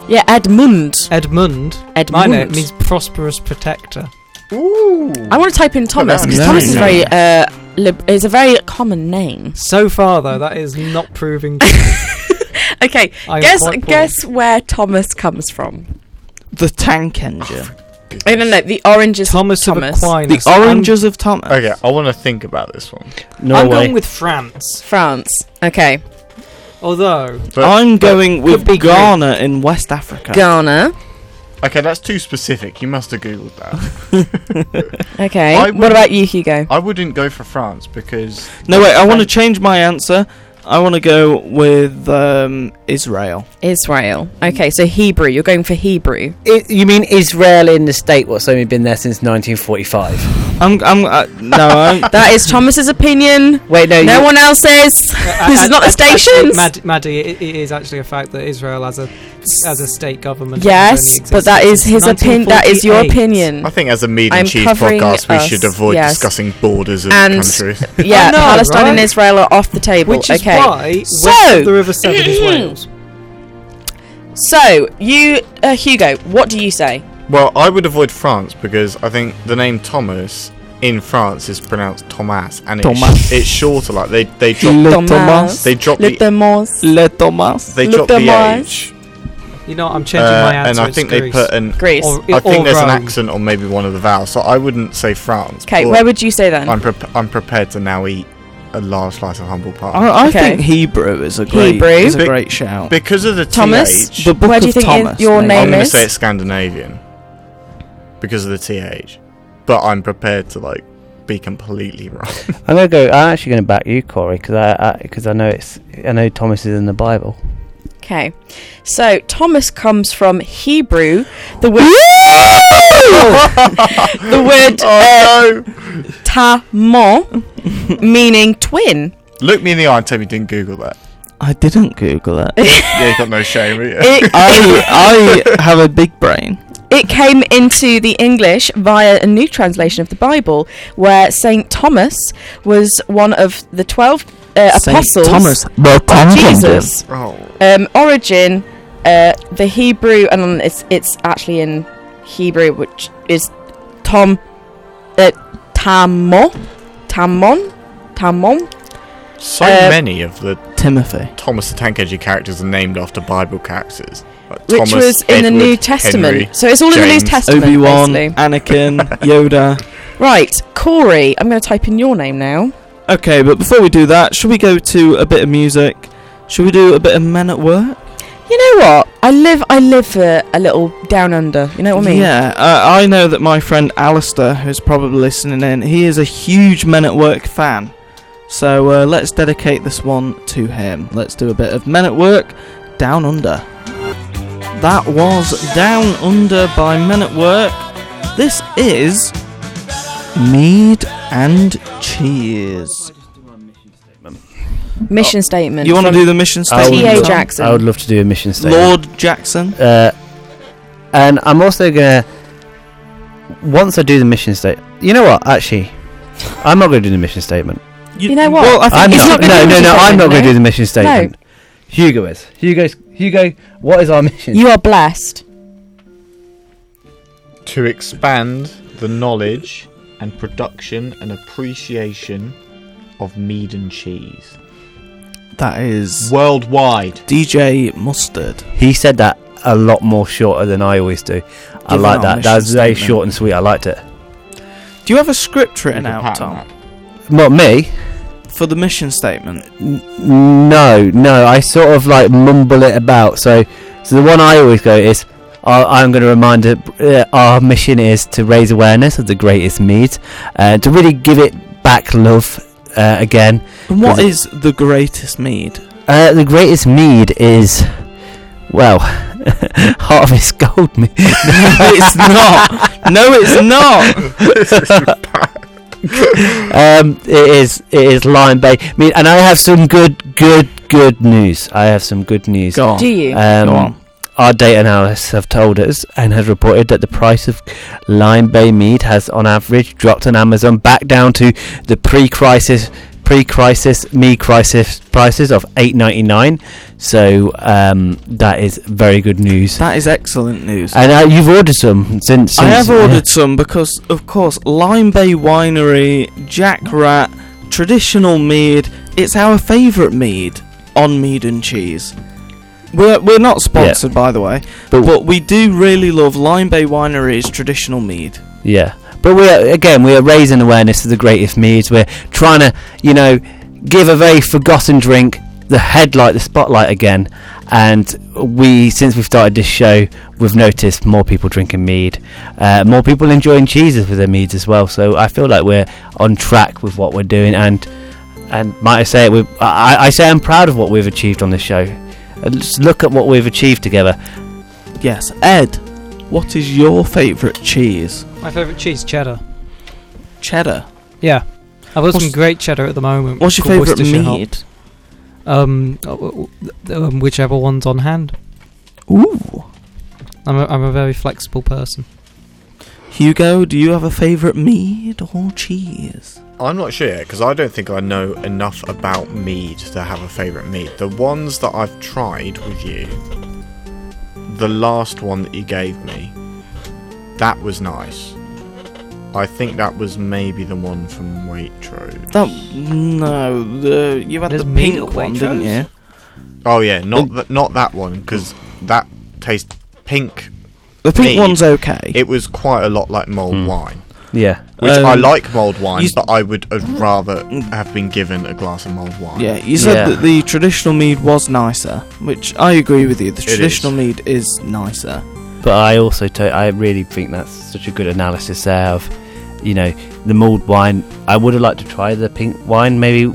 Speaker 3: yeah, Edmund.
Speaker 5: Oh, Edmund. My
Speaker 3: Edmund.
Speaker 5: name it means prosperous protector.
Speaker 4: Ooh.
Speaker 3: I want to type in Thomas because
Speaker 1: No,
Speaker 3: Thomas is
Speaker 1: no.
Speaker 3: very uh, lib- is a very common name.
Speaker 5: So far, though, that is not proving.
Speaker 3: Okay,
Speaker 5: I'm
Speaker 3: guess
Speaker 5: quite bored.
Speaker 3: guess where Thomas comes from.
Speaker 1: the tank engine.
Speaker 3: No, no, no. The orange is
Speaker 5: Thomas, of
Speaker 3: Thomas.
Speaker 5: Aquinas.
Speaker 1: The oranges of Thomas.
Speaker 4: Okay, I want to think about this one.
Speaker 5: I'm, I'm
Speaker 2: Norway.
Speaker 5: going with France.
Speaker 3: France. Okay,
Speaker 5: Although
Speaker 4: But-
Speaker 1: I'm
Speaker 4: but-
Speaker 1: going with
Speaker 5: be Greek.
Speaker 1: Ghana in West Africa.
Speaker 3: Ghana.
Speaker 4: Okay, that's too specific. You must have googled that.
Speaker 3: Okay.
Speaker 4: I
Speaker 3: What
Speaker 4: would-
Speaker 3: about you, Hugo?
Speaker 4: I wouldn't go for France because
Speaker 1: No, wait, I want to change my answer. I want to go with um, Israel.
Speaker 3: Israel. Okay, so Hebrew. You're going for Hebrew.
Speaker 2: I- you mean Israel in the state what's only been there since 1945?
Speaker 1: I'm, I'm, uh, no, I'm,
Speaker 3: That is Thomas's opinion.
Speaker 2: Wait, no.
Speaker 3: No
Speaker 2: you-
Speaker 3: one else's.
Speaker 5: uh,
Speaker 3: This is not the stations.
Speaker 5: Mad- Maddie, it, it is actually a fact that Israel has a as a state government. has only
Speaker 3: Yes,
Speaker 5: existed
Speaker 3: but that is
Speaker 5: since
Speaker 3: his opinion. That is your
Speaker 5: 1948.
Speaker 3: opinion.
Speaker 4: I think as a meat
Speaker 3: I'm
Speaker 4: and cheese
Speaker 3: covering
Speaker 4: podcast, we
Speaker 3: us,
Speaker 4: should avoid
Speaker 3: yes.
Speaker 4: discussing borders of
Speaker 3: And-
Speaker 4: countries.
Speaker 3: Yeah,
Speaker 5: I know,
Speaker 3: Palestine and
Speaker 5: right?
Speaker 3: Israel are off the table.
Speaker 5: Which is
Speaker 3: okay.
Speaker 5: why west
Speaker 3: So- mm-hmm.
Speaker 5: of the River Severn is Wales.
Speaker 3: So you, uh, Hugo, what do you say?
Speaker 4: Well, I would avoid France because I think the name Thomas in France is pronounced Thomas, and it's,
Speaker 1: Thomas.
Speaker 4: it's shorter. Like they they drop
Speaker 1: Le
Speaker 3: Thomas.
Speaker 1: Thomas.
Speaker 4: they drop the
Speaker 3: Thomas.
Speaker 1: Le Thomas.
Speaker 4: they
Speaker 3: Le
Speaker 4: drop the
Speaker 3: Thomas.
Speaker 4: H,
Speaker 5: You know, I'm
Speaker 4: uh,
Speaker 5: changing my
Speaker 4: and
Speaker 5: answer.
Speaker 4: I
Speaker 5: it's
Speaker 4: think they
Speaker 5: Greece.
Speaker 4: put an.
Speaker 3: Greece.
Speaker 5: Or-
Speaker 4: I think
Speaker 5: or
Speaker 4: there's an
Speaker 5: Rome.
Speaker 4: accent on maybe one of the vowels, so I wouldn't say France.
Speaker 3: okay,
Speaker 4: but
Speaker 3: where would you say then?
Speaker 4: I'm prep I'm prepared to now eat a large slice of humble pie
Speaker 1: I, I
Speaker 3: Okay.
Speaker 1: think Hebrew is a great,
Speaker 3: Hebrew.
Speaker 1: is a
Speaker 4: Big-
Speaker 1: great shout.
Speaker 4: because of the
Speaker 3: Thomas?
Speaker 4: th.
Speaker 1: the Book
Speaker 3: Where do
Speaker 1: of
Speaker 3: you think it-
Speaker 1: Thomas,
Speaker 3: your
Speaker 1: maybe.
Speaker 3: name
Speaker 4: I'm gonna
Speaker 3: is?
Speaker 4: say it's Scandinavian because of the th, but I'm prepared to like be completely wrong.
Speaker 2: I'm going to go. I'm actually going to back you, Corey, because I because I know it's I know Thomas is in the Bible.
Speaker 3: Okay, so Thomas comes from Hebrew, the word, the word
Speaker 4: oh no!
Speaker 3: tamon, meaning twin.
Speaker 4: Look me in the eye and tell me you didn't Google that.
Speaker 1: I didn't Google it.
Speaker 4: Yeah, you got no shame. have you?
Speaker 3: It,
Speaker 1: I, I have a big brain.
Speaker 3: it came into the English via a new translation of the Bible, where Saint Thomas was one of the twelve uh,
Speaker 1: Saint
Speaker 3: apostles.
Speaker 1: Thomas.
Speaker 7: The
Speaker 3: of
Speaker 7: tank engine.
Speaker 3: Jesus.
Speaker 4: Oh.
Speaker 3: um, origin, uh, the Hebrew, and it's it's actually in Hebrew, which is Tom, uh, Tamo, Tamon, Tamon,
Speaker 4: So
Speaker 2: Uh,
Speaker 4: many of the
Speaker 1: Timothy.
Speaker 4: Thomas the Tank Engine characters are named after Bible characters, like
Speaker 3: which
Speaker 4: Thomas,
Speaker 3: was in the
Speaker 4: Edward,
Speaker 3: New Testament.
Speaker 4: Henry.
Speaker 3: so it's all in the New
Speaker 4: James,
Speaker 3: Testament,
Speaker 1: Obi Wan,
Speaker 3: basically.
Speaker 1: Anakin, Yoda.
Speaker 3: Right, Corey, I'm going to type in your name now.
Speaker 1: Okay, but before we do that, should we go to a bit of music? Should we do a bit of Men at Work?
Speaker 3: You know what? I live, I live for a little down under. You know what I mean?
Speaker 1: Yeah, uh, I know that my friend Alistair, who's probably listening in, he is a huge Men at Work fan. So uh, let's dedicate this one to him. Let's do a bit of Men at Work Down Under. That was Down Under by Men at Work. This is Mead and Cheers.
Speaker 3: Mission
Speaker 1: Oh,
Speaker 3: statement.
Speaker 1: You want to do the mission
Speaker 2: I
Speaker 1: statement?
Speaker 2: would
Speaker 3: T.A.
Speaker 1: Tom?
Speaker 2: love-
Speaker 3: Jackson.
Speaker 2: I would love to do a mission statement.
Speaker 1: Lord Jackson.
Speaker 2: Uh, and I'm also gonna. Once I do the mission statement, you know what? Actually, I'm not gonna do the mission statement.
Speaker 3: You know what?
Speaker 1: Well, I think
Speaker 2: I'm
Speaker 1: it's
Speaker 3: he's
Speaker 2: not.
Speaker 3: not gonna
Speaker 2: no,
Speaker 3: do
Speaker 2: no,
Speaker 3: the
Speaker 2: no.
Speaker 3: mission
Speaker 2: I'm not gonna
Speaker 3: statement,
Speaker 2: do
Speaker 3: no.
Speaker 2: the mission statement. Hugo is. Hugo's. Hugo. What is our mission?
Speaker 3: You are blessed.
Speaker 4: to expand the knowledge and production and appreciation of mead and cheese
Speaker 1: that is
Speaker 4: worldwide.
Speaker 1: DJ Mustard.
Speaker 2: He said that a lot more shorter than I always do. I
Speaker 1: Give
Speaker 2: like
Speaker 1: our
Speaker 2: that. That was
Speaker 1: mission
Speaker 2: very
Speaker 1: statement.
Speaker 2: short and sweet. I liked it.
Speaker 1: Do you have a script written
Speaker 4: You can
Speaker 1: out,
Speaker 4: patent
Speaker 1: Tom,
Speaker 4: that.
Speaker 2: Not me.
Speaker 1: for the mission statement?
Speaker 2: N- No, no. I sort of like mumble it about. So, so the one I always go is. I- I'm going to remind it. Uh, our mission is to raise awareness of the greatest mead, uh, to really give it back love uh, again,
Speaker 1: And what is
Speaker 2: Is
Speaker 1: the greatest mead?
Speaker 2: Uh, the greatest mead is, well, harvest gold mead.
Speaker 1: it's not. No, it's not.
Speaker 2: Um, it is. It is lime bay mead, and I have some good, good, good news. I have some good news.
Speaker 1: Go on.
Speaker 3: Do you?
Speaker 2: Um,
Speaker 1: Go on.
Speaker 2: Our data analysts have told us and has reported that the price of Lime Bay mead has, on average, dropped on Amazon back down to the pre-crisis, pre-crisis mead crisis prices of eight ninety nine. So um, that is very good news.
Speaker 1: That is excellent news.
Speaker 2: And uh, you've ordered some since.
Speaker 1: I
Speaker 2: since-
Speaker 1: have ordered some because, of course, Lime Bay Winery, Jack Rat, traditional mead. It's our favourite mead on Mead and Cheese. We're, we're not sponsored, by the way,
Speaker 2: But-
Speaker 1: but we do really love Lime Bay Winery's traditional mead.
Speaker 2: Yeah, but we are again we are raising awareness of the greatest meads. We're trying to you know give a very forgotten drink the headlight, the spotlight again. And we since we've started this show, we've noticed more people drinking mead, uh, more people enjoying cheeses with their meads as well. So I feel like we're on track with what we're doing, and and might I say it, we I, I say I'm proud of what we've achieved on this show. And Let's look at what we've achieved together.
Speaker 1: Yes. Ed, what is your favourite cheese?
Speaker 5: My favourite cheese, cheddar.
Speaker 1: Cheddar.
Speaker 5: Yeah. I've got some
Speaker 1: What's-
Speaker 5: great cheddar at the moment.
Speaker 1: What's your
Speaker 5: called
Speaker 1: favourite
Speaker 5: Worcestershire hop.
Speaker 1: mead?
Speaker 5: Um, uh, w- w- um, whichever one's on hand.
Speaker 1: Ooh.
Speaker 5: I'm a, I'm a very flexible person.
Speaker 1: Hugo, do you have a favourite mead or cheese?
Speaker 4: I'm not sure because I don't think I know enough about mead to have a favourite mead. The ones that I've tried with you, the last one that you gave me, that was nice. I think that was maybe the one from Waitrose.
Speaker 1: That Oh, no, the you had
Speaker 5: There's
Speaker 1: the
Speaker 5: mead
Speaker 1: pink
Speaker 5: at
Speaker 1: one, didn't
Speaker 5: Waitrose?
Speaker 1: you?
Speaker 4: Oh yeah, not that, not that one because that tastes pink.
Speaker 1: The pink
Speaker 4: Mead.
Speaker 1: one's okay.
Speaker 4: It was quite a lot like mulled wine,
Speaker 2: Yeah,
Speaker 4: which I
Speaker 1: Um,
Speaker 4: like mulled wine,
Speaker 1: you-
Speaker 4: but I would have
Speaker 3: Mm.
Speaker 4: rather have been given a glass of mulled wine.
Speaker 1: yeah, you said
Speaker 2: Yeah.
Speaker 1: that the traditional mead was nicer, which I agree with you. The
Speaker 4: is.
Speaker 1: traditional mead is nicer.
Speaker 2: But I also, to- I really think that's such a good analysis there of, you know, the mulled wine. I would have liked to try the pink wine, maybe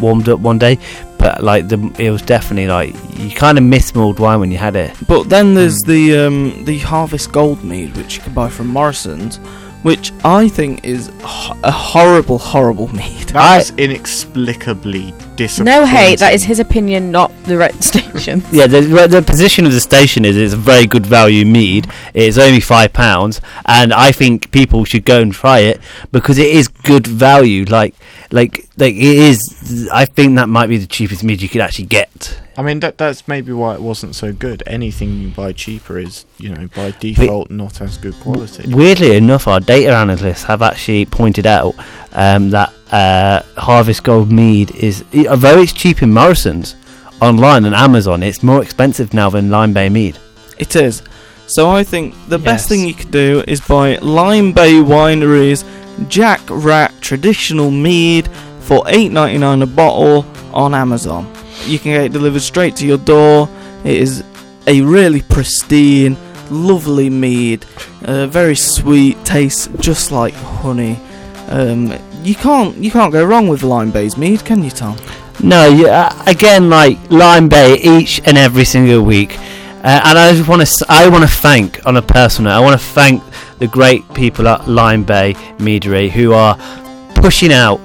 Speaker 2: warmed up one day. But like the, it was definitely like you kind of miss mulled wine when you had it.
Speaker 1: But then there's the um, the Harvest Gold mead, which you can buy from Morrison's, which I think is h- a horrible, horrible mead.
Speaker 4: That's inexplicably disappointing.
Speaker 3: No hate. That is his opinion, not the right station.
Speaker 2: Yeah, the, well, the position of the station is it's a very good value mead. It's only five pounds, and I think people should go and try it because it is good value. Like, like, like it is th- I think that might be the cheapest meat you could actually get.
Speaker 4: I mean, that that's maybe why it wasn't so good. Anything you buy cheaper is, you know, by default not as good quality.
Speaker 2: Weirdly enough, our data analysts have actually pointed out um, that uh, Harvest Gold Mead is, i- although it's cheap in Morrison's online and Amazon, it's more expensive now than Lime Bay Mead.
Speaker 1: It is. So I think the best
Speaker 5: Yes.
Speaker 1: thing you could do is buy Lime Bay Wineries Jack Rat Traditional Mead for eight ninety nine a bottle on Amazon. You can get it delivered straight to your door. It is a really pristine, lovely mead. Uh, very sweet, tastes just like honey. Um, you can't you can't go wrong with Lime Bay's mead, can you, Tom?
Speaker 2: No, yeah, uh, again, like Lime Bay, each and every single week, uh, and I just want to, I want to thank on a personal, note, I want to thank the great people at Lime Bay Meadery who are pushing out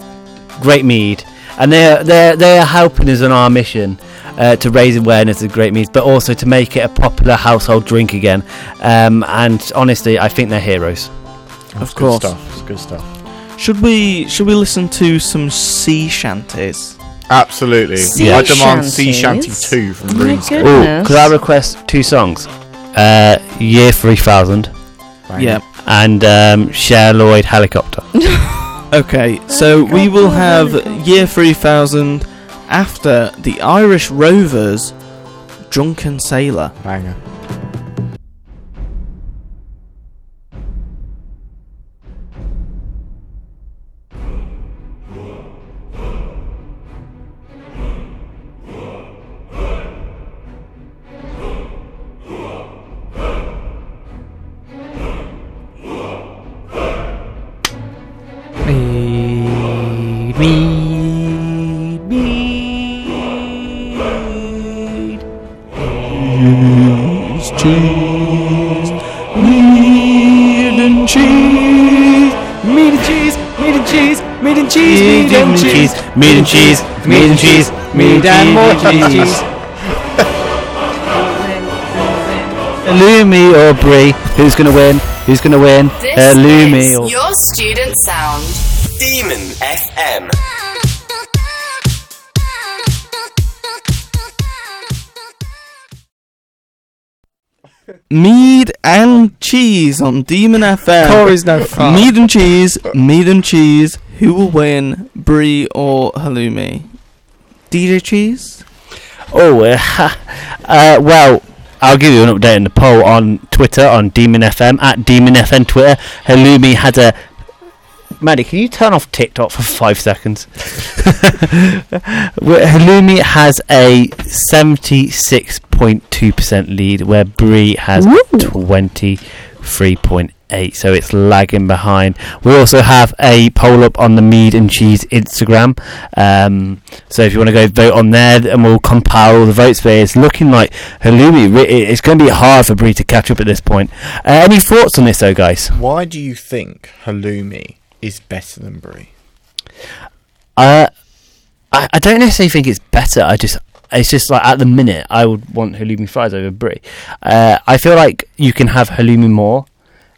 Speaker 2: great mead, and they're they're they're helping us on our mission. Uh, to raise awareness of great mead, but also to make it a popular household drink again. Um, and honestly, I think they're heroes.
Speaker 4: That's
Speaker 1: of course.
Speaker 4: Good stuff. It's good stuff.
Speaker 1: Should we should we listen to some sea shanties?
Speaker 4: Absolutely.
Speaker 3: Sea
Speaker 4: I demand Sea Shanty
Speaker 3: shanties? Oh
Speaker 4: 2 from
Speaker 3: my
Speaker 4: Greenscape.
Speaker 3: goodness.
Speaker 2: Could I request two songs? Uh, Year 3000
Speaker 4: Bang.
Speaker 1: Yeah.
Speaker 2: and um, Cher Lloyd Helicopter.
Speaker 1: Okay, so we will have year 3000 after the Irish Rovers Drunken Sailor.
Speaker 4: Banger.
Speaker 5: Mead, mead, mead.
Speaker 1: Cheese, cheese, meat and cheese.
Speaker 5: Meat and cheese, meat and cheese, meat and cheese, meat
Speaker 2: Meat
Speaker 5: and
Speaker 2: and
Speaker 5: cheese.
Speaker 2: cheese, meat and cheese, meat and cheese, meat and more cheese. Lumi or Brie, who's gonna win? Who's gonna win? Uh, Lumi or
Speaker 8: your student sound.
Speaker 9: Demon FM.
Speaker 1: Mead and cheese on Demon FM.
Speaker 5: Corey's no fun.
Speaker 1: Mead and cheese, mead and cheese. Who will win, Brie or Halloumi? DJ Cheese?
Speaker 2: Oh, uh, uh, well, I'll give you an update on the poll on Twitter on Demon FM at Demon FM Twitter. Halumi had a. Maddie, can you turn off TikTok for five seconds? Well, Halumi has a seventy-six point two percent lead, where Bree has twenty-three point eight. So it's lagging behind. We also have a poll up on the Mead and Cheese Instagram. Um, so if you want to go vote on there, th- and we'll compile all the votes. But it's looking like Halumi. re- it- It's going to be hard for Bree to catch up at this point. Uh, any thoughts on this, though, guys?
Speaker 4: Why do you think halloumi is better than brie?
Speaker 2: Uh, I, I don't necessarily think it's better. I just it's just like at the minute I would want halloumi fries over brie. Uh, I feel like you can have halloumi more.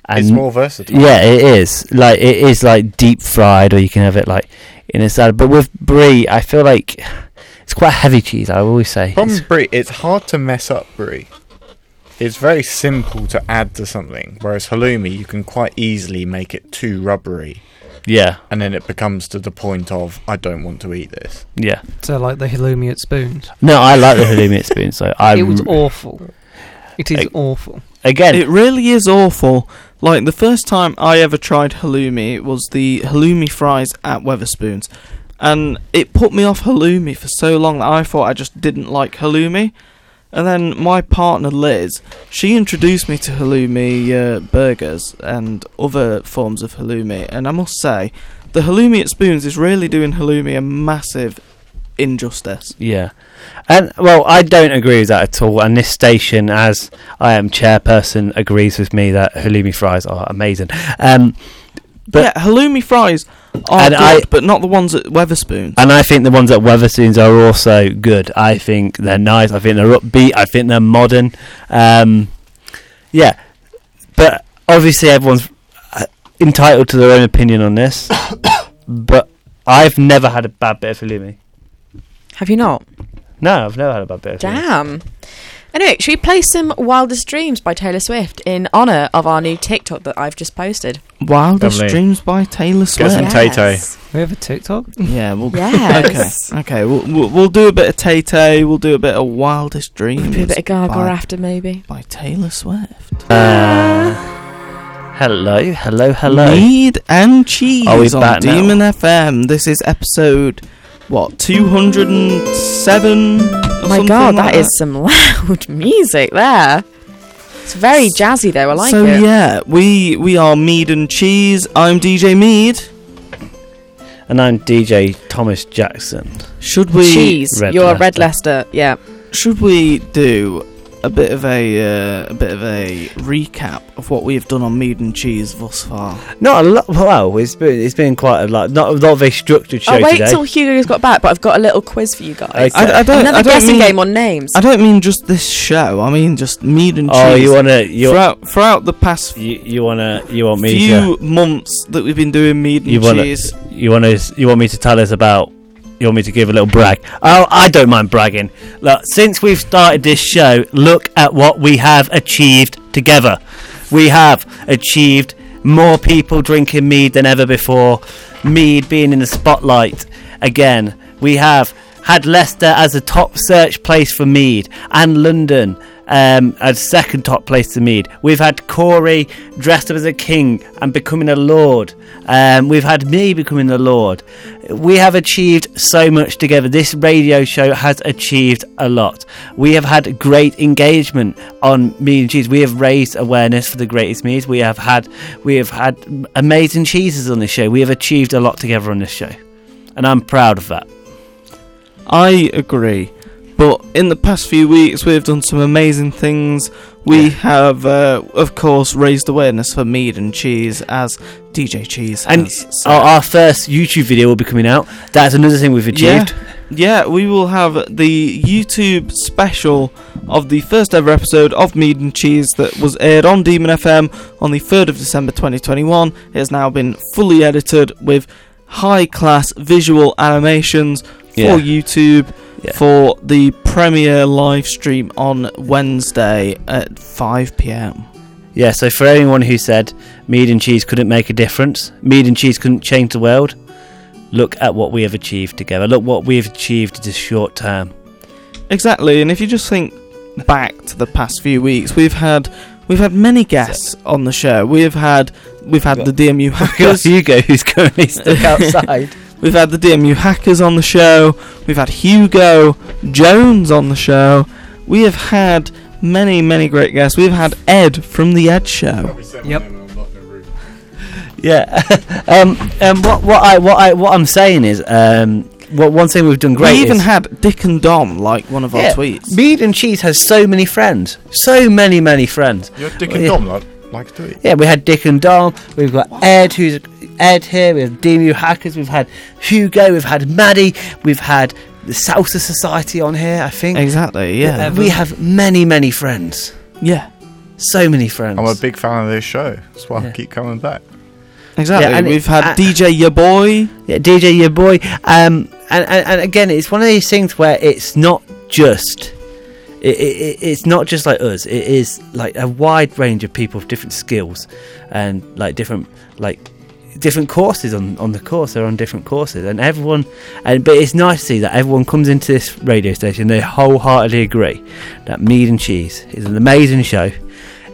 Speaker 2: And
Speaker 4: it's more versatile.
Speaker 2: Yeah, it is. Like it is like deep fried, or you can have it like in a salad. But with brie, I feel like it's quite a heavy cheese. I always say.
Speaker 4: Problem
Speaker 2: It's-
Speaker 4: with brie, it's hard to mess up brie. It's very simple to add to something, whereas halloumi you can quite easily make it too rubbery,
Speaker 2: yeah,
Speaker 4: and then it becomes to the point of I don't want to eat this.
Speaker 2: yeah.
Speaker 5: So like the halloumi at spoon.
Speaker 2: No, I like the halloumi at spoon. So I
Speaker 5: It was awful. It is
Speaker 2: Like-
Speaker 5: awful.
Speaker 2: again.
Speaker 1: It really is awful. Like the first time I ever tried halloumi was the halloumi fries at Weatherspoons, and it put me off halloumi for so long that I thought I just didn't like halloumi. And then my partner Liz, she introduced me to halloumi uh, burgers and other forms of halloumi, and I must say, the halloumi at Spoons is really doing halloumi a massive injustice.
Speaker 2: Yeah. And well, I don't agree with that at all. And this station, as I am chairperson, agrees with me that halloumi fries are amazing. Um,
Speaker 1: But yeah, halloumi fries are
Speaker 2: And
Speaker 1: good,
Speaker 2: I-
Speaker 1: but not the ones at Weatherspoons.
Speaker 2: and I think the ones at Weatherspoons are also good. I think they're nice. I think they're upbeat. I think they're modern. Um, yeah, but obviously everyone's uh, entitled to their own opinion on this. but I've never had a bad bit of halloumi.
Speaker 3: Have you not?
Speaker 2: No, I've never had a bad bit of cheese.
Speaker 3: Damn. Anyway, should we play some Wildest Dreams by Taylor Swift in honour of our new TikTok that I've just posted?
Speaker 1: Wildest
Speaker 4: Lovely.
Speaker 1: Dreams by Taylor
Speaker 4: Get some
Speaker 1: Swift.
Speaker 4: Tay Tay.
Speaker 3: Yes.
Speaker 5: We have a TikTok.
Speaker 1: Yeah, we'll
Speaker 3: Yes.
Speaker 1: okay, okay. We'll, we'll we'll do a bit of Tay Tay. We'll do a bit of Wildest Dreams
Speaker 3: Be a bit of Gaga
Speaker 1: by,
Speaker 3: after, maybe.
Speaker 1: by Taylor Swift.
Speaker 2: Uh, hello, hello, hello.
Speaker 1: Mead and cheese
Speaker 2: Are we
Speaker 1: on
Speaker 2: back now?
Speaker 1: Demon FM. This is episode what two hundred and seven.
Speaker 3: Oh My God, that is some loud music there. It's very jazzy though. I like
Speaker 1: so
Speaker 3: it.
Speaker 1: yeah, we we are Mead and Cheese. I'm DJ Mead.
Speaker 2: And I'm DJ Thomas Jackson.
Speaker 1: Should we
Speaker 3: Cheese.
Speaker 2: Red
Speaker 3: You're
Speaker 2: Leicester.
Speaker 3: Red Leicester. Yeah.
Speaker 1: should we do a bit of a uh, a bit of a recap of what we have done on Mead and Cheese thus far?
Speaker 2: Not a lot. Well, it's been it's been quite a lot. Not not a very structured show
Speaker 3: oh wait
Speaker 2: today.
Speaker 3: till Hugo's got back, but I've got a little quiz for you guys.
Speaker 2: Okay.
Speaker 1: I, I don't.
Speaker 3: Another
Speaker 1: I don't
Speaker 3: guessing
Speaker 1: mean,
Speaker 3: game on names.
Speaker 1: I don't mean just this show. I mean just Mead and Cheese.
Speaker 2: oh, you wanna you
Speaker 1: throughout, throughout the past
Speaker 2: you, you wanna you want me to
Speaker 1: few months that we've been doing Mead and
Speaker 2: you wanna
Speaker 1: Cheese.
Speaker 2: you wanna you want me to tell us about you want me to give a little brag? Oh, I don't mind bragging. Look, since we've started this show, look at what we have achieved together. We have achieved more people drinking mead than ever before. Mead being in the spotlight again. We have had Leicester as the top search place for mead, and London um, as second top place to mead. We've had Corey dressed up as a king and becoming a lord. Um, we've had me becoming the lord. We have achieved so much together. This radio show has achieved a lot. We have had great engagement on mead and cheese. We have raised awareness for the greatest meads. We have had we have had amazing cheeses on this show. We have achieved a lot together on this show, and I'm proud of that.
Speaker 1: I agree. But in the past few weeks, we've done some amazing things. We have, uh, of course, raised awareness for Mead and Cheese as DJ Cheese.
Speaker 2: And
Speaker 1: has said.
Speaker 2: our, our first YouTube video will be coming out. That's another thing we've achieved.
Speaker 1: Yeah, we will have the YouTube special of the first ever episode of Mead and Cheese that was aired on Demon FM on the 3rd of December 2021. It has now been fully edited with high class visual animations
Speaker 2: Yeah.
Speaker 1: for YouTube
Speaker 2: Yeah.
Speaker 1: for the premiere live stream on Wednesday at 5 pm.
Speaker 2: Yeah, so for anyone who said mead and cheese couldn't make a difference, mead and cheese couldn't change the world, look at what we have achieved together. Look what we have achieved in this short term.
Speaker 1: Exactly, and if you just think back to the past few weeks, we've had we've had many guests on the show. We've had we've had the DMU
Speaker 2: Got
Speaker 1: hackers.
Speaker 2: Hugo, who's currently stuck outside.
Speaker 1: We've had the DMU hackers on the show. We've had Hugo Jones on the show. We have had many many great guests. We've had Ed from the Ed Show.
Speaker 5: Yep.
Speaker 2: yeah. um, um, what, what, I, what, I, what I'm saying is, um, what, one thing we've done great
Speaker 1: we even
Speaker 2: is-
Speaker 1: had Dick and Dom like one of our
Speaker 2: Yeah,
Speaker 1: tweets.
Speaker 2: Mead and Cheese has so many friends. So many, many friends.
Speaker 4: Your dick
Speaker 2: Well,
Speaker 4: and
Speaker 2: yeah.
Speaker 4: Dom like, like to eat.
Speaker 2: Yeah, we had Dick and Dom. We've got Ed, who's Ed here. We have DMU Hackers. We've had Hugo. We've had Maddie. We've had the Salsa Society on here, I think. Uh,
Speaker 1: Exactly. Yeah.
Speaker 2: We have many, many friends.
Speaker 1: Yeah.
Speaker 2: So many friends.
Speaker 4: I'm a big fan of this show. That's why
Speaker 2: Yeah.
Speaker 4: I keep coming back.
Speaker 1: Exactly.
Speaker 2: and it-
Speaker 1: we've had
Speaker 2: uh,
Speaker 1: DJ Your Boy.
Speaker 2: yeah, DJ your boy. Um, and, and and again, it's one of these things where it's not just. It, it, it's not just like us. It is like a wide range of people with different skills, and like different like different courses on, on the course. They're on different courses, and everyone. And but it's nice to see that everyone comes into this radio station. They wholeheartedly agree that Mead and Cheese is an amazing show.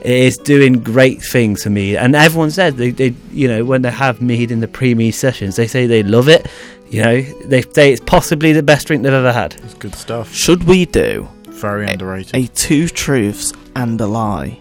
Speaker 2: It is doing great things for me, and everyone said they, they you know when they have mead in the pre-mead sessions, they say they love it. You know, they say it's possibly the best drink they've ever had.
Speaker 4: It's good stuff.
Speaker 1: Should we do
Speaker 4: Very
Speaker 1: A-
Speaker 4: underrated.
Speaker 1: a two truths and a lie?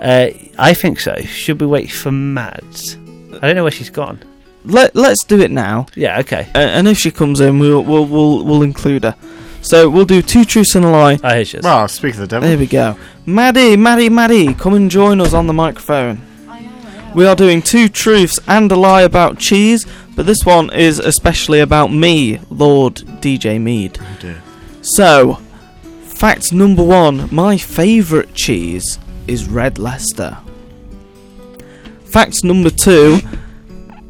Speaker 2: Uh, I think so. Should we wait for Mads? I don't know where she's gone.
Speaker 1: Let Let's do it now.
Speaker 2: Yeah, okay.
Speaker 1: A- and if she comes in, we'll we'll we'll, we'll include her. So we'll do two truths and a lie.
Speaker 2: I hear she is.
Speaker 4: Well, speak of the devil.
Speaker 1: There we go. Maddie, Maddie, Maddie, come and join us on the microphone. We are doing two truths and a lie about cheese, but this one is especially about me, Lord DJ Mead.
Speaker 4: Oh dear.
Speaker 1: So, fact number one my favourite cheese is Red Leicester. Fact number two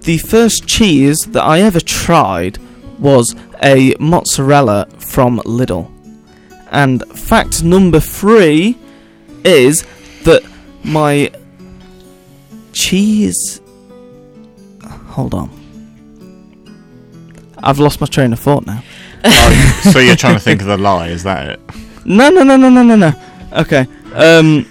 Speaker 1: the first cheese that I ever tried was a mozzarella from Lidl. And fact number three is that my cheese. Hold on. I've lost my train of thought now.
Speaker 4: Oh, so you're trying to think of the lie, is that it?
Speaker 1: No, no, no, no, no, no, no. Okay. Um,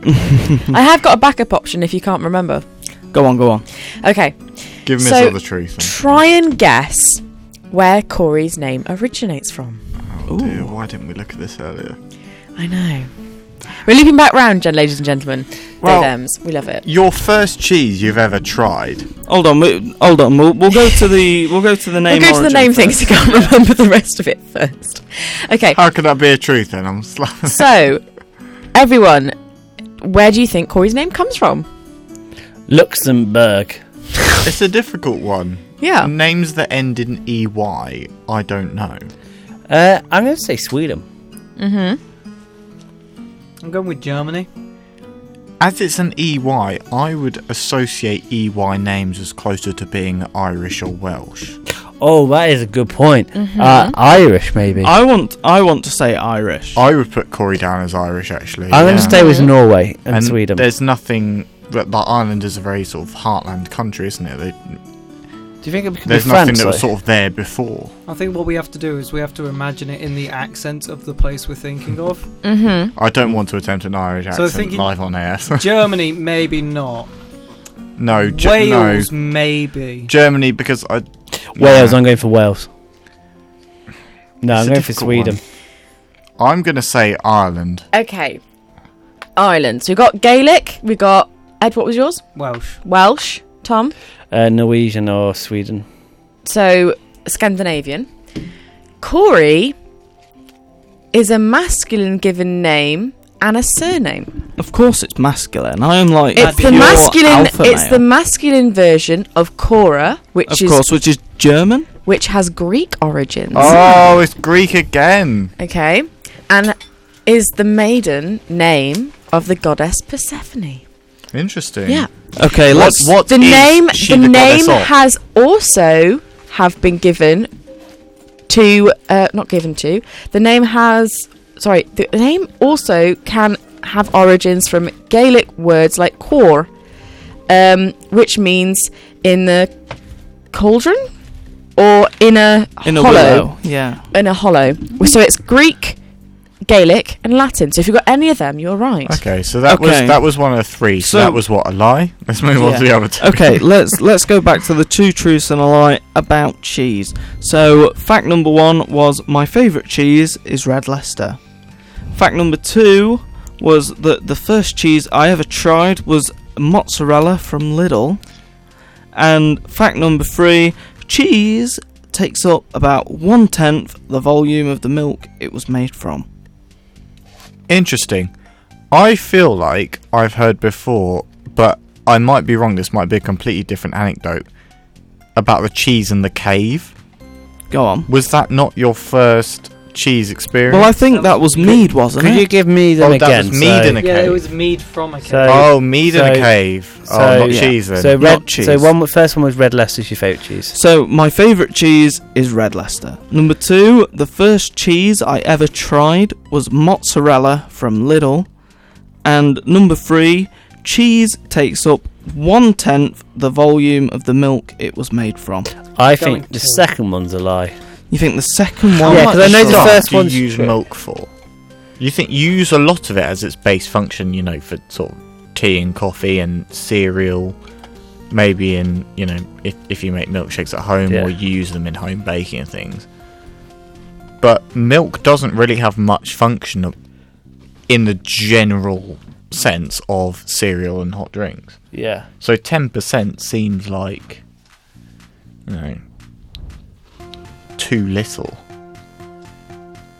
Speaker 1: Hmm.
Speaker 3: I have got a backup option if you can't remember.
Speaker 1: go on, go on.
Speaker 3: Okay,
Speaker 1: Hmm.
Speaker 4: Give me
Speaker 3: So-
Speaker 4: so, the truth.
Speaker 3: try and guess where Corey's name originates from.
Speaker 4: Oh dear, why didn't we look at this earlier?
Speaker 3: I know. We're looping back round, gen- ladies and gentlemen.
Speaker 4: Well-
Speaker 3: They thems. We love it.
Speaker 4: Your first cheese you've ever tried.
Speaker 1: Hold on, we- hold on. We'll, we'll go to the we'll go to the name.
Speaker 3: we'll go to the
Speaker 1: origin
Speaker 3: name thing
Speaker 1: first.
Speaker 3: so you can't remember the rest of it first. Okay,
Speaker 4: How could that be a truth then? I'm sl-
Speaker 3: so everyone, where do you think Corey's name comes from?
Speaker 2: Luxembourg.
Speaker 4: It's a difficult one.
Speaker 2: Oh.
Speaker 3: Yeah.
Speaker 4: Names that end in EY, I don't know.
Speaker 2: Uh, I'm going to say Sweden.
Speaker 5: I'm going with Germany.
Speaker 4: As it's an EY, I would associate EY names as closer to being Irish or Welsh.
Speaker 2: Oh, that is a good point. Uh, Irish, maybe.
Speaker 1: I want I want to say Irish.
Speaker 4: I would put Corey down as Irish actually.
Speaker 2: I'm going
Speaker 4: yeah.
Speaker 2: to stay with Norway and,
Speaker 4: And
Speaker 2: Sweden. Do
Speaker 4: There's nothing. But like Ireland is a very sort of heartland country, isn't it? They,
Speaker 2: you think it could be
Speaker 4: there's nothing
Speaker 2: France?
Speaker 4: that was
Speaker 2: though?
Speaker 4: sort of there before.
Speaker 5: I think what we have to do is we have to imagine it in the accent of the place we're thinking of.
Speaker 1: Mm.
Speaker 3: Mm-hmm.
Speaker 4: I don't want to attempt an Irish
Speaker 5: So
Speaker 4: accent
Speaker 5: thinking-
Speaker 4: live on air.
Speaker 5: Germany, maybe not.
Speaker 4: no, ge- no,
Speaker 5: Wales, maybe.
Speaker 4: Germany because I
Speaker 2: Wales.
Speaker 4: Nah.
Speaker 2: I'm going for Wales. No,
Speaker 4: It's
Speaker 2: I'm
Speaker 4: a
Speaker 2: going for
Speaker 4: difficult one.
Speaker 2: Sweden.
Speaker 4: I'm going to say Ireland.
Speaker 3: Okay. Ireland. So we've got Gaelic, we've got Ed, what was yours?
Speaker 5: Welsh.
Speaker 3: Welsh, Tom.
Speaker 2: Uh, Norwegian or Sweden.
Speaker 3: So Scandinavian. Corey is a masculine given name and a surname.
Speaker 1: Of course, it's masculine. I am like
Speaker 5: That'd
Speaker 3: It's
Speaker 5: be
Speaker 3: the
Speaker 1: pure
Speaker 3: masculine
Speaker 1: alpha
Speaker 3: it's
Speaker 1: male.
Speaker 3: the masculine version of Cora, which
Speaker 1: of
Speaker 3: is
Speaker 1: course, which is German.
Speaker 3: which has Greek origins.
Speaker 4: Oh, it's Greek again.
Speaker 3: Okay. And is the maiden name of the goddess Persephone?
Speaker 4: Interesting.
Speaker 3: Yeah.
Speaker 1: Okay, let's.
Speaker 4: What? What
Speaker 3: The
Speaker 4: is
Speaker 3: name
Speaker 4: she
Speaker 3: the,
Speaker 4: the
Speaker 3: name
Speaker 4: goddess of?
Speaker 3: has also have been given to uh, not given to. The name has sorry, the name also can have origins from Gaelic words like cor, um, which means in the cauldron or in a
Speaker 1: in a
Speaker 3: hollow
Speaker 1: willow. Yeah.
Speaker 3: in a hollow. So it's Greek, Gaelic, and Latin. So if you've got any of them, you're right.
Speaker 4: Okay, so that
Speaker 1: Okay.
Speaker 4: was that was one of three.
Speaker 1: So-
Speaker 4: So, that was what a lie. Let's move on to the
Speaker 1: Yeah.
Speaker 4: other two.
Speaker 1: Okay, let's let's go back to the two truths and a lie about cheese. So, fact number one was my favourite cheese is Red Leicester. Fact number two was that the first cheese I ever tried was mozzarella from Lidl. And fact number three, cheese takes up about one tenth the volume of the milk it was made from.
Speaker 4: Interesting. I feel like I've heard before, but I might be wrong. This might be a completely different anecdote about the cheese in the cave.
Speaker 1: Go on.
Speaker 4: Was that not your first cheese experience?
Speaker 1: Well, I think that was mead, wasn't
Speaker 2: Could you
Speaker 1: it?
Speaker 2: give me them
Speaker 4: Oh, that
Speaker 2: again?
Speaker 4: was mead
Speaker 2: so-
Speaker 4: in a-
Speaker 5: Yeah,
Speaker 4: Okay.
Speaker 5: it was mead from a cave.
Speaker 2: So-
Speaker 4: oh, mead in a
Speaker 2: so-
Speaker 4: cave.
Speaker 2: so-
Speaker 4: oh, not
Speaker 1: yeah.
Speaker 4: cheese then.
Speaker 2: So red.
Speaker 1: cheese.
Speaker 2: So one first one was red Leicester's your favourite cheese.
Speaker 1: So my favourite cheese is red Leicester. Number two, the first cheese I ever tried was mozzarella from Lidl, and number three, cheese takes up one tenth the volume of the milk it was made from.
Speaker 2: I
Speaker 5: Going
Speaker 2: think the
Speaker 5: to-
Speaker 2: second one's a lie.
Speaker 1: You think the second
Speaker 4: How
Speaker 1: one?
Speaker 2: Yeah,
Speaker 4: much
Speaker 2: 'cause I know the
Speaker 4: stock
Speaker 2: first
Speaker 4: do you
Speaker 2: one's
Speaker 4: use
Speaker 2: true.
Speaker 4: milk for? You think you use a lot of it as its base function, you know, for sort of tea and coffee and cereal, maybe in, you know, if, if you make milkshakes at home
Speaker 2: Yeah.
Speaker 4: or you use them in home baking and things. But milk doesn't really have much function of- in the general sense of cereal and hot drinks.
Speaker 2: Yeah.
Speaker 4: So 10% seems like, you know, too little.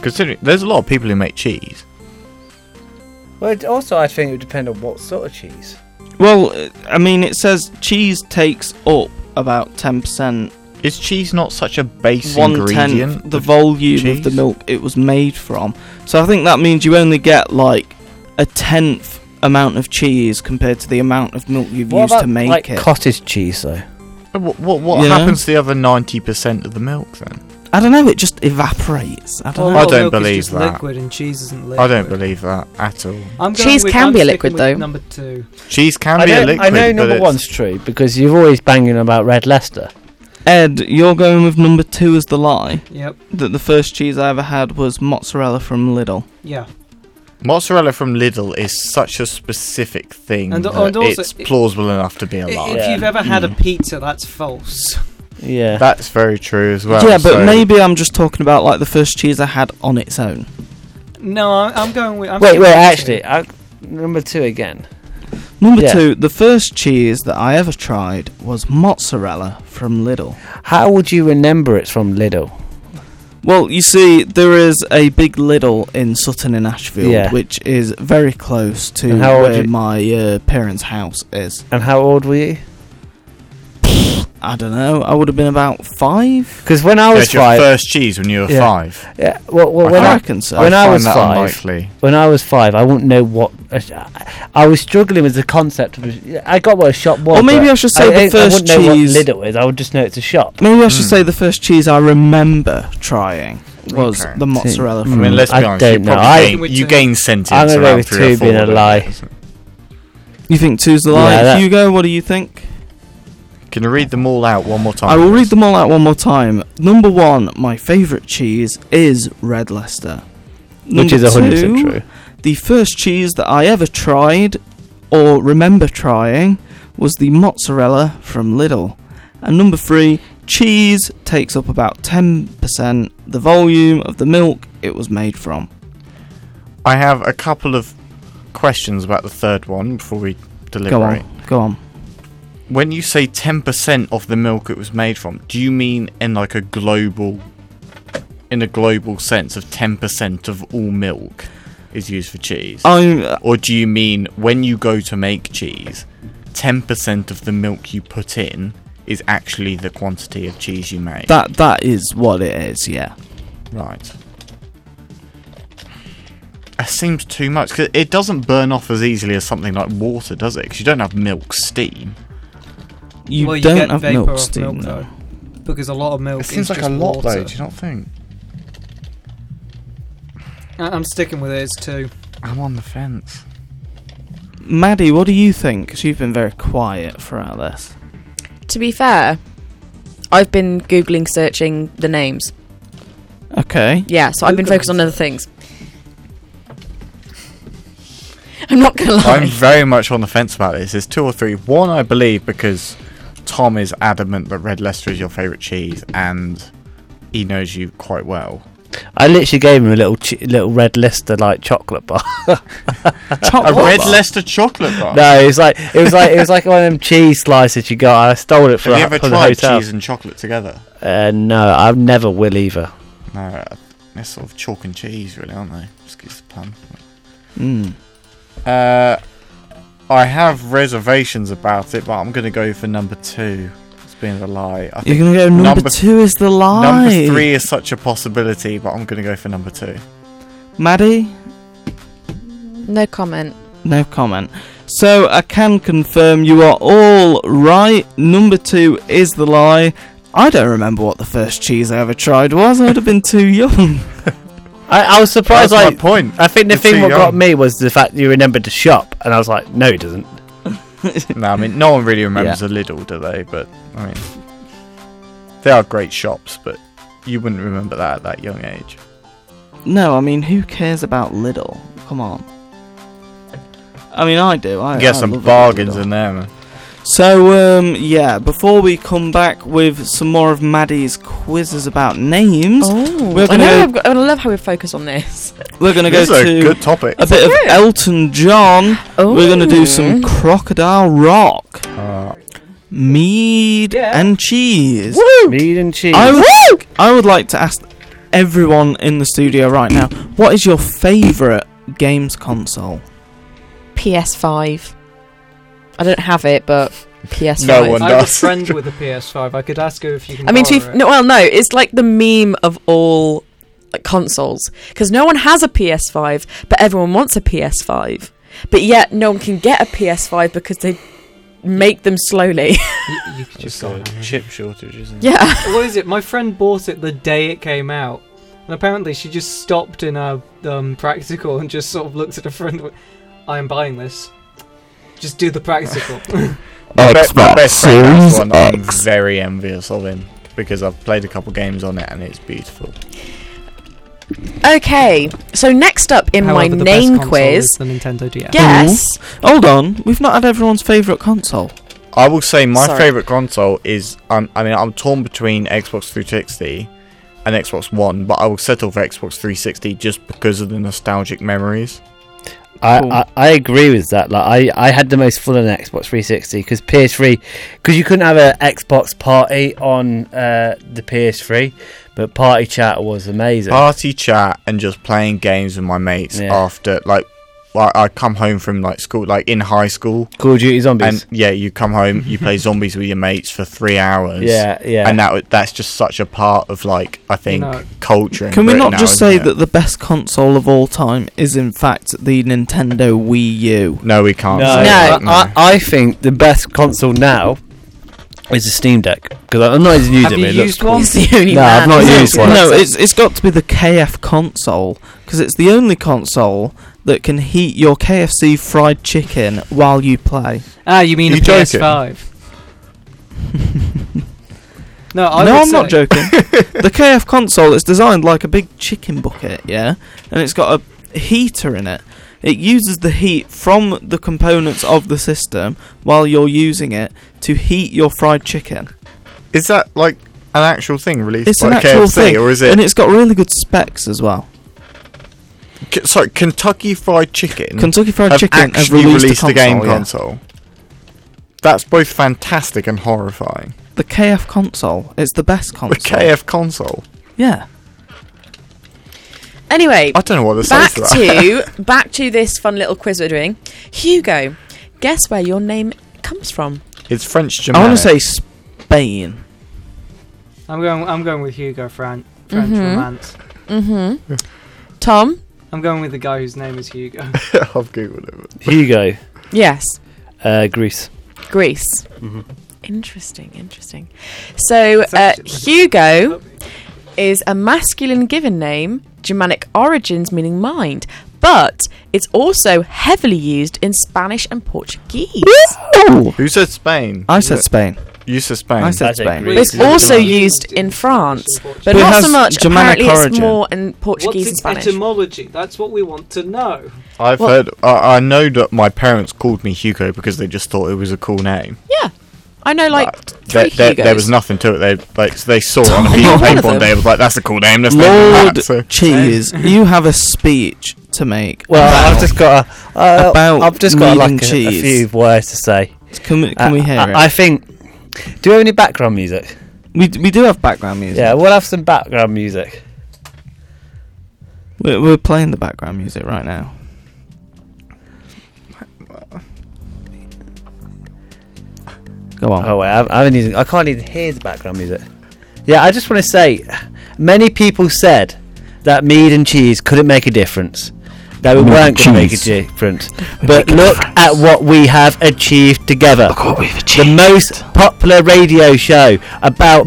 Speaker 4: Considering there's a lot of people who make cheese.
Speaker 2: Well, also I think it would depend on what sort of cheese.
Speaker 1: Well, uh, I mean, it says cheese takes up about ten percent,
Speaker 4: Is cheese not such a base
Speaker 1: one
Speaker 4: ingredient?
Speaker 1: tenth the volume of the
Speaker 4: cheese?
Speaker 1: milk it was made from. So I think that means you only get like a tenth amount of cheese compared to the amount of milk you've used to make
Speaker 2: like
Speaker 1: it.
Speaker 2: cottage cheese though?
Speaker 4: What, what, what
Speaker 1: You know?
Speaker 4: happens to the other 90% of the milk then?
Speaker 1: I don't know. It just evaporates. I don't
Speaker 5: Well,
Speaker 1: know.
Speaker 4: I
Speaker 5: raw
Speaker 4: don't
Speaker 5: milk is
Speaker 4: believe
Speaker 5: Oh, just
Speaker 4: that.
Speaker 5: Liquid and cheese isn't liquid.
Speaker 4: I don't believe that at all.
Speaker 5: I'm going
Speaker 3: Cheese
Speaker 5: with-
Speaker 3: can
Speaker 5: I'm
Speaker 3: be a
Speaker 5: sticking
Speaker 3: liquid,
Speaker 5: with
Speaker 3: though.
Speaker 5: Number two.
Speaker 4: Cheese can
Speaker 2: I
Speaker 4: be
Speaker 2: know,
Speaker 4: a liquid.
Speaker 2: I know
Speaker 4: but
Speaker 2: number
Speaker 4: it's-
Speaker 2: one's true because you're always banging about Red Leicester.
Speaker 1: Ed, you're going with number two as the lie.
Speaker 5: Yep.
Speaker 1: That the first cheese I ever had was mozzarella from Lidl.
Speaker 5: Yeah.
Speaker 4: Mozzarella from Lidl is such a specific thing
Speaker 5: And-
Speaker 4: that
Speaker 5: and also-
Speaker 4: it's plausible enough to be a
Speaker 5: I-
Speaker 4: lie.
Speaker 5: If
Speaker 2: Yeah.
Speaker 5: you've ever
Speaker 4: Mm.
Speaker 5: had a pizza, that's false.
Speaker 2: Yeah.
Speaker 4: That's very true as well.
Speaker 1: yeah, but
Speaker 4: so-
Speaker 1: maybe I'm just talking about like the first cheese I had on its own.
Speaker 5: No, I- I'm going with. I'm
Speaker 2: wait,
Speaker 5: sticking
Speaker 2: wait.
Speaker 5: with
Speaker 2: Actually,
Speaker 5: two.
Speaker 2: I, number two again.
Speaker 1: Number
Speaker 2: Yeah.
Speaker 1: two, the first cheese that I ever tried was mozzarella from Lidl.
Speaker 2: How would you remember it's from Lidl?
Speaker 1: Well, you see, there is a big Lidl in Sutton in Ashfield,
Speaker 2: Yeah.
Speaker 1: which is very close to
Speaker 2: And how old
Speaker 1: where
Speaker 2: you-
Speaker 1: my uh, parents' house is.
Speaker 2: And how old were you?
Speaker 1: I don't know. I would have been about five.
Speaker 2: Because when I
Speaker 4: Yeah,
Speaker 2: was
Speaker 4: it's your
Speaker 2: five,
Speaker 4: first cheese when you were
Speaker 2: Yeah.
Speaker 4: five.
Speaker 2: yeah, well, well,
Speaker 4: I
Speaker 2: when
Speaker 1: I
Speaker 2: I,
Speaker 1: reckon so.
Speaker 2: when I
Speaker 4: find
Speaker 2: was
Speaker 4: that
Speaker 2: five-
Speaker 4: unlikely.
Speaker 2: when I was five, I wouldn't know what. I- I was struggling with the concept of. a- I got what a shop was.
Speaker 1: Or maybe
Speaker 2: but
Speaker 1: I should say the
Speaker 2: I
Speaker 1: first
Speaker 2: wouldn't know
Speaker 1: cheese-
Speaker 2: what Lidl is. I would just know it's a shop.
Speaker 1: Maybe I should
Speaker 4: Hmm.
Speaker 1: say the first cheese I remember trying was
Speaker 4: Okay.
Speaker 1: the mozzarella
Speaker 4: I
Speaker 1: from
Speaker 4: mean,
Speaker 2: Mm,
Speaker 4: let's be
Speaker 2: I
Speaker 4: honest. you
Speaker 2: don't know.
Speaker 4: probably
Speaker 2: I-
Speaker 4: gain-
Speaker 5: With
Speaker 4: you
Speaker 5: two.
Speaker 4: gain sentence
Speaker 2: I'm gonna go
Speaker 4: around
Speaker 2: with
Speaker 4: three or
Speaker 2: two
Speaker 4: four.
Speaker 2: being a
Speaker 4: wouldn't
Speaker 2: lie.
Speaker 4: you?
Speaker 1: You think two's the lie?
Speaker 2: Yeah, that-
Speaker 1: Hugo, what do you think?
Speaker 4: Can you read them all out one more time?
Speaker 1: I will
Speaker 4: please?
Speaker 1: read them all out one more time. Number one, my favourite cheese is Red Leicester.
Speaker 2: Which is
Speaker 1: Number
Speaker 2: 100%
Speaker 1: two,
Speaker 2: true.
Speaker 1: The first cheese that I ever tried or remember trying was the mozzarella from Lidl. And number three, cheese takes up about 10% the volume of the milk it was made from.
Speaker 4: I have a couple of questions about the third one before we
Speaker 1: Go
Speaker 4: deliberate.
Speaker 1: on, go on.
Speaker 4: When you say 10% of the milk it was made from, do you mean in like a global in a global sense of 10% of all milk is used for cheese?
Speaker 1: I'm,
Speaker 4: or do you mean when you go to make cheese, 10% of the milk you put in is actually the quantity of cheese you make?
Speaker 1: that, that is what it is, yeah.
Speaker 4: Right. That seems too much 'cause it doesn't burn off as easily as something like water, does it? Because you don't have milk steam.
Speaker 1: You
Speaker 5: Well,
Speaker 1: don't
Speaker 5: get
Speaker 1: have
Speaker 5: vapor
Speaker 1: milk
Speaker 5: off
Speaker 1: steam,
Speaker 5: milk,
Speaker 1: though.
Speaker 5: Because a lot of milk
Speaker 4: It seems
Speaker 5: is
Speaker 4: like a
Speaker 5: just
Speaker 4: lot,
Speaker 5: water.
Speaker 4: though. Do you not think?
Speaker 5: I- I'm sticking with it as two.
Speaker 4: I'm on the fence.
Speaker 1: Maddie, what do you think? Because you've been very quiet throughout this.
Speaker 3: To be fair, I've been googling, searching the names.
Speaker 1: Okay.
Speaker 3: Yeah, so I've been
Speaker 5: Googling.
Speaker 3: focused on other things. I'm not gonna lie.
Speaker 4: I'm very much on the fence about this. There's two or three. One, I believe, because Tom is adamant that Red Leicester is your favourite cheese, and he knows you quite well.
Speaker 2: I literally gave him a little che- little Red Leicester like chocolate bar.
Speaker 4: A
Speaker 1: Chocolate
Speaker 4: Red
Speaker 1: bar?
Speaker 4: Leicester chocolate bar.
Speaker 2: no, it was like it was like it was like one of them cheese slices you got. I stole it from,
Speaker 4: Have you
Speaker 2: the-
Speaker 4: ever
Speaker 2: from the
Speaker 4: tried
Speaker 2: hotel.
Speaker 4: cheese and chocolate together?
Speaker 2: Uh, no, I never will either.
Speaker 4: No, they're sort of chalk and cheese, really, aren't they? Excuse the pun.
Speaker 1: Mm.
Speaker 4: Uh, I have reservations about it, but I'm going to go for number two. It's been a lie. I
Speaker 1: You're
Speaker 4: think
Speaker 1: gonna go number,
Speaker 4: number-
Speaker 1: two is the lie.
Speaker 4: number three is such a possibility, but I'm going to go for number two.
Speaker 1: Maddie,
Speaker 3: No comment.
Speaker 1: no comment. So I can confirm you are all right. Number two is the lie. I don't remember what the first cheese I ever tried was. I'd have been too young.
Speaker 2: I, I was surprised.
Speaker 4: That's my
Speaker 2: Like,
Speaker 4: point.
Speaker 2: I think the
Speaker 4: You're
Speaker 2: thing
Speaker 4: too
Speaker 2: what
Speaker 4: young.
Speaker 2: got me was the fact you remembered the shop, and I was like, no, it doesn't.
Speaker 4: no, I mean, no one really remembers a Lidl, do they? But, I mean, they are great shops, but you wouldn't remember that at that young age.
Speaker 1: No, I mean, who cares about Lidl? Come on. I mean, I do. I
Speaker 4: You get
Speaker 1: I
Speaker 4: some
Speaker 1: love
Speaker 4: bargains
Speaker 1: Lidl.
Speaker 4: in there, man.
Speaker 1: So, um, yeah, before we come back with some more of Maddie's quizzes about names,
Speaker 3: Oh,
Speaker 1: We're
Speaker 3: I
Speaker 1: gonna-
Speaker 3: know. I've got, I love how we focus on this.
Speaker 1: we're going to go
Speaker 4: This is a
Speaker 1: to
Speaker 4: good topic.
Speaker 1: a bit of Elton John.
Speaker 3: Oh,
Speaker 1: We're going to do some Crocodile Rock,
Speaker 4: Uh,
Speaker 1: mead,
Speaker 5: Yeah.
Speaker 1: and cheese.
Speaker 2: Mead and cheese.
Speaker 1: I would, I would like to ask everyone in the studio right now what is your favourite games console?
Speaker 3: PS5. I don't have it, but PS5.
Speaker 4: No one
Speaker 5: I have a
Speaker 4: does.
Speaker 5: friend with a PS5. I could ask her if you can.
Speaker 3: I mean, to be
Speaker 5: borrow
Speaker 3: f-
Speaker 5: it.
Speaker 3: no, well, no, it's like the meme of all like, consoles because no one has a PS5, but everyone wants a PS5. But yet, no one can get a PS5 because they make them slowly.
Speaker 5: You, you could
Speaker 4: Just
Speaker 5: just go.
Speaker 4: got a chip shortage, isn't it?
Speaker 3: yeah.
Speaker 5: what is it? My friend bought it the day it came out, and apparently she just stopped in her um, practical and just sort of looked at her friend. and went, I am buying this. Just do the practical.
Speaker 4: My Uh, be- my
Speaker 7: Xbox
Speaker 4: best friend has
Speaker 7: Series
Speaker 4: one that I'm
Speaker 7: X.
Speaker 4: very envious of him because I've played a couple games on it and it's beautiful.
Speaker 3: Okay. So next up in
Speaker 5: However,
Speaker 3: my
Speaker 5: the best
Speaker 3: name
Speaker 5: console is
Speaker 3: quiz,
Speaker 5: the Nintendo DS.
Speaker 3: guess
Speaker 1: Hold on, we've not had everyone's favourite console.
Speaker 4: I will say my
Speaker 3: Sorry.
Speaker 4: favorite console is um, I mean I'm torn between Xbox 360 and Xbox One, but I will settle for Xbox 360 just because of the nostalgic memories.
Speaker 2: I,
Speaker 1: Cool.
Speaker 2: I, I agree with that. Like I, I had the most fun on Xbox 360 because PS3, because you couldn't have a Xbox party on uh, the PS3, but party chat was amazing.
Speaker 1: Ah.
Speaker 4: Party chat and just playing games with my mates
Speaker 2: Yeah.
Speaker 4: after like I I come home from like school, like in high school,
Speaker 2: Call of Duty Zombies.
Speaker 4: and yeah, you come home, you play zombies with your mates for three hours,
Speaker 2: yeah, yeah.
Speaker 4: and that w- that's just such a part of like I think
Speaker 5: know-
Speaker 4: culture. in
Speaker 1: Can we
Speaker 4: Britain
Speaker 1: not
Speaker 4: now,
Speaker 1: just
Speaker 4: isn't
Speaker 1: say
Speaker 4: it?
Speaker 1: that the best console of all time is, in fact, the Nintendo Wii U?
Speaker 4: No, we can't.
Speaker 2: no,
Speaker 4: say that, no.
Speaker 2: I, I think the best console now is the Steam Deck because I'm not as new
Speaker 5: Have
Speaker 2: to
Speaker 5: you
Speaker 2: it. it. looks
Speaker 5: used
Speaker 2: cool.
Speaker 5: one?
Speaker 3: he's the only
Speaker 2: No,
Speaker 3: man.
Speaker 2: I've not
Speaker 3: who
Speaker 2: used
Speaker 3: knows
Speaker 2: one.
Speaker 3: it.
Speaker 1: No, it's it's got to be the KF console because it's the only console that can heat your KFC fried chicken while you play.
Speaker 5: Ah, you mean
Speaker 4: You
Speaker 5: a
Speaker 4: joking?
Speaker 5: PS5? no, I
Speaker 1: no,
Speaker 5: would
Speaker 1: I'm not
Speaker 5: say-
Speaker 1: joking. the KF console is designed like a big chicken bucket, yeah, and it's got a heater in it. It uses the heat from the components of the system while you're using it to heat your fried chicken.
Speaker 4: Is that like an actual thing released
Speaker 1: It's
Speaker 4: by
Speaker 1: an actual
Speaker 4: KFC,
Speaker 1: thing,
Speaker 4: or is
Speaker 1: and
Speaker 4: it?
Speaker 1: it's got really good specs as well.
Speaker 4: K- sorry, Kentucky Fried Chicken.
Speaker 1: Kentucky Fried
Speaker 4: have
Speaker 1: Chicken have
Speaker 4: actually
Speaker 1: released,
Speaker 4: released
Speaker 1: a
Speaker 4: the game
Speaker 1: console, yeah.
Speaker 4: console. That's both fantastic and horrifying.
Speaker 1: The KF console. It's the best
Speaker 4: The
Speaker 1: console.
Speaker 4: KF console.
Speaker 1: Yeah.
Speaker 3: Anyway,
Speaker 4: I don't know what to say
Speaker 3: back
Speaker 4: to that.
Speaker 3: to back to this fun little quiz we're doing. Hugo, guess where your name comes from?
Speaker 4: it's French
Speaker 1: I
Speaker 4: Germanic.
Speaker 1: want to say Spain.
Speaker 5: I'm going. I'm going with Hugo Fran- French
Speaker 3: Mhm.
Speaker 5: romance.
Speaker 3: Mm-hmm. Tom?
Speaker 5: I'm going with the guy whose name is Hugo.
Speaker 4: I've googled it.
Speaker 2: Hugo,
Speaker 3: Yes.
Speaker 2: uh, Greece.
Speaker 3: Greece.
Speaker 2: Mhm.
Speaker 3: Interesting, interesting. So
Speaker 5: It's
Speaker 3: uh,
Speaker 5: actually-
Speaker 3: Hugo is a masculine given name, Germanic origins meaning mind, but it's also heavily used in Spanish and Portuguese.
Speaker 4: Who said Spain?
Speaker 1: I
Speaker 4: Is
Speaker 1: said
Speaker 4: it-
Speaker 1: Spain.
Speaker 4: you said Spain.
Speaker 1: I said
Speaker 2: I said
Speaker 1: Spain.
Speaker 2: Greece.
Speaker 3: It's
Speaker 2: It's
Speaker 3: also
Speaker 5: used
Speaker 3: used
Speaker 5: in
Speaker 3: in France,
Speaker 5: Portuguese.
Speaker 3: but
Speaker 1: But it
Speaker 3: not so
Speaker 1: has
Speaker 3: much.
Speaker 1: Germanic
Speaker 3: Apparently, it's
Speaker 1: origin.
Speaker 3: more in Portuguese
Speaker 5: What's
Speaker 3: and
Speaker 5: its
Speaker 3: Spanish.
Speaker 5: etymology? That's what we want to know.
Speaker 4: I've
Speaker 3: Well-
Speaker 4: heard. I I know that my parents called me Hugo because they just thought it was a cool name.
Speaker 3: yeah, I know like
Speaker 4: But
Speaker 3: three
Speaker 4: there, there, there was
Speaker 3: Hugos.
Speaker 4: nothing to it. They like they saw it on a
Speaker 3: Tom,
Speaker 4: piece
Speaker 3: you're
Speaker 4: of
Speaker 3: one of
Speaker 4: paper one
Speaker 3: them.
Speaker 4: day. It was like, "That's a cool name. Let's name
Speaker 1: Lord
Speaker 4: that." So,
Speaker 1: Cheese, you have a speech to make.
Speaker 2: Well,
Speaker 1: about-
Speaker 2: I've just got a, uh,
Speaker 1: About
Speaker 2: I've just got
Speaker 1: meat and
Speaker 2: like a, a
Speaker 1: cheese.
Speaker 2: few words to say.
Speaker 1: can we, can
Speaker 2: I-
Speaker 1: we hear
Speaker 2: Uh, I,
Speaker 1: it?
Speaker 2: I think. Do we have any background music?
Speaker 1: we, we do have background music.
Speaker 2: Yeah, we'll have some background music.
Speaker 1: We're, we're playing the background music right now. Go on.
Speaker 2: Oh wait, I, I haven't even. I can't even hear the background music. Yeah, I just want to say, many people said that mead and cheese couldn't make a difference. That we
Speaker 7: Mead
Speaker 2: weren't
Speaker 7: and
Speaker 2: going to make a
Speaker 7: cheese.
Speaker 2: difference.
Speaker 7: We
Speaker 2: But
Speaker 7: make a
Speaker 2: look
Speaker 7: difference.
Speaker 2: at what we have achieved together.
Speaker 7: Look what we've achieved.
Speaker 2: The most popular radio show about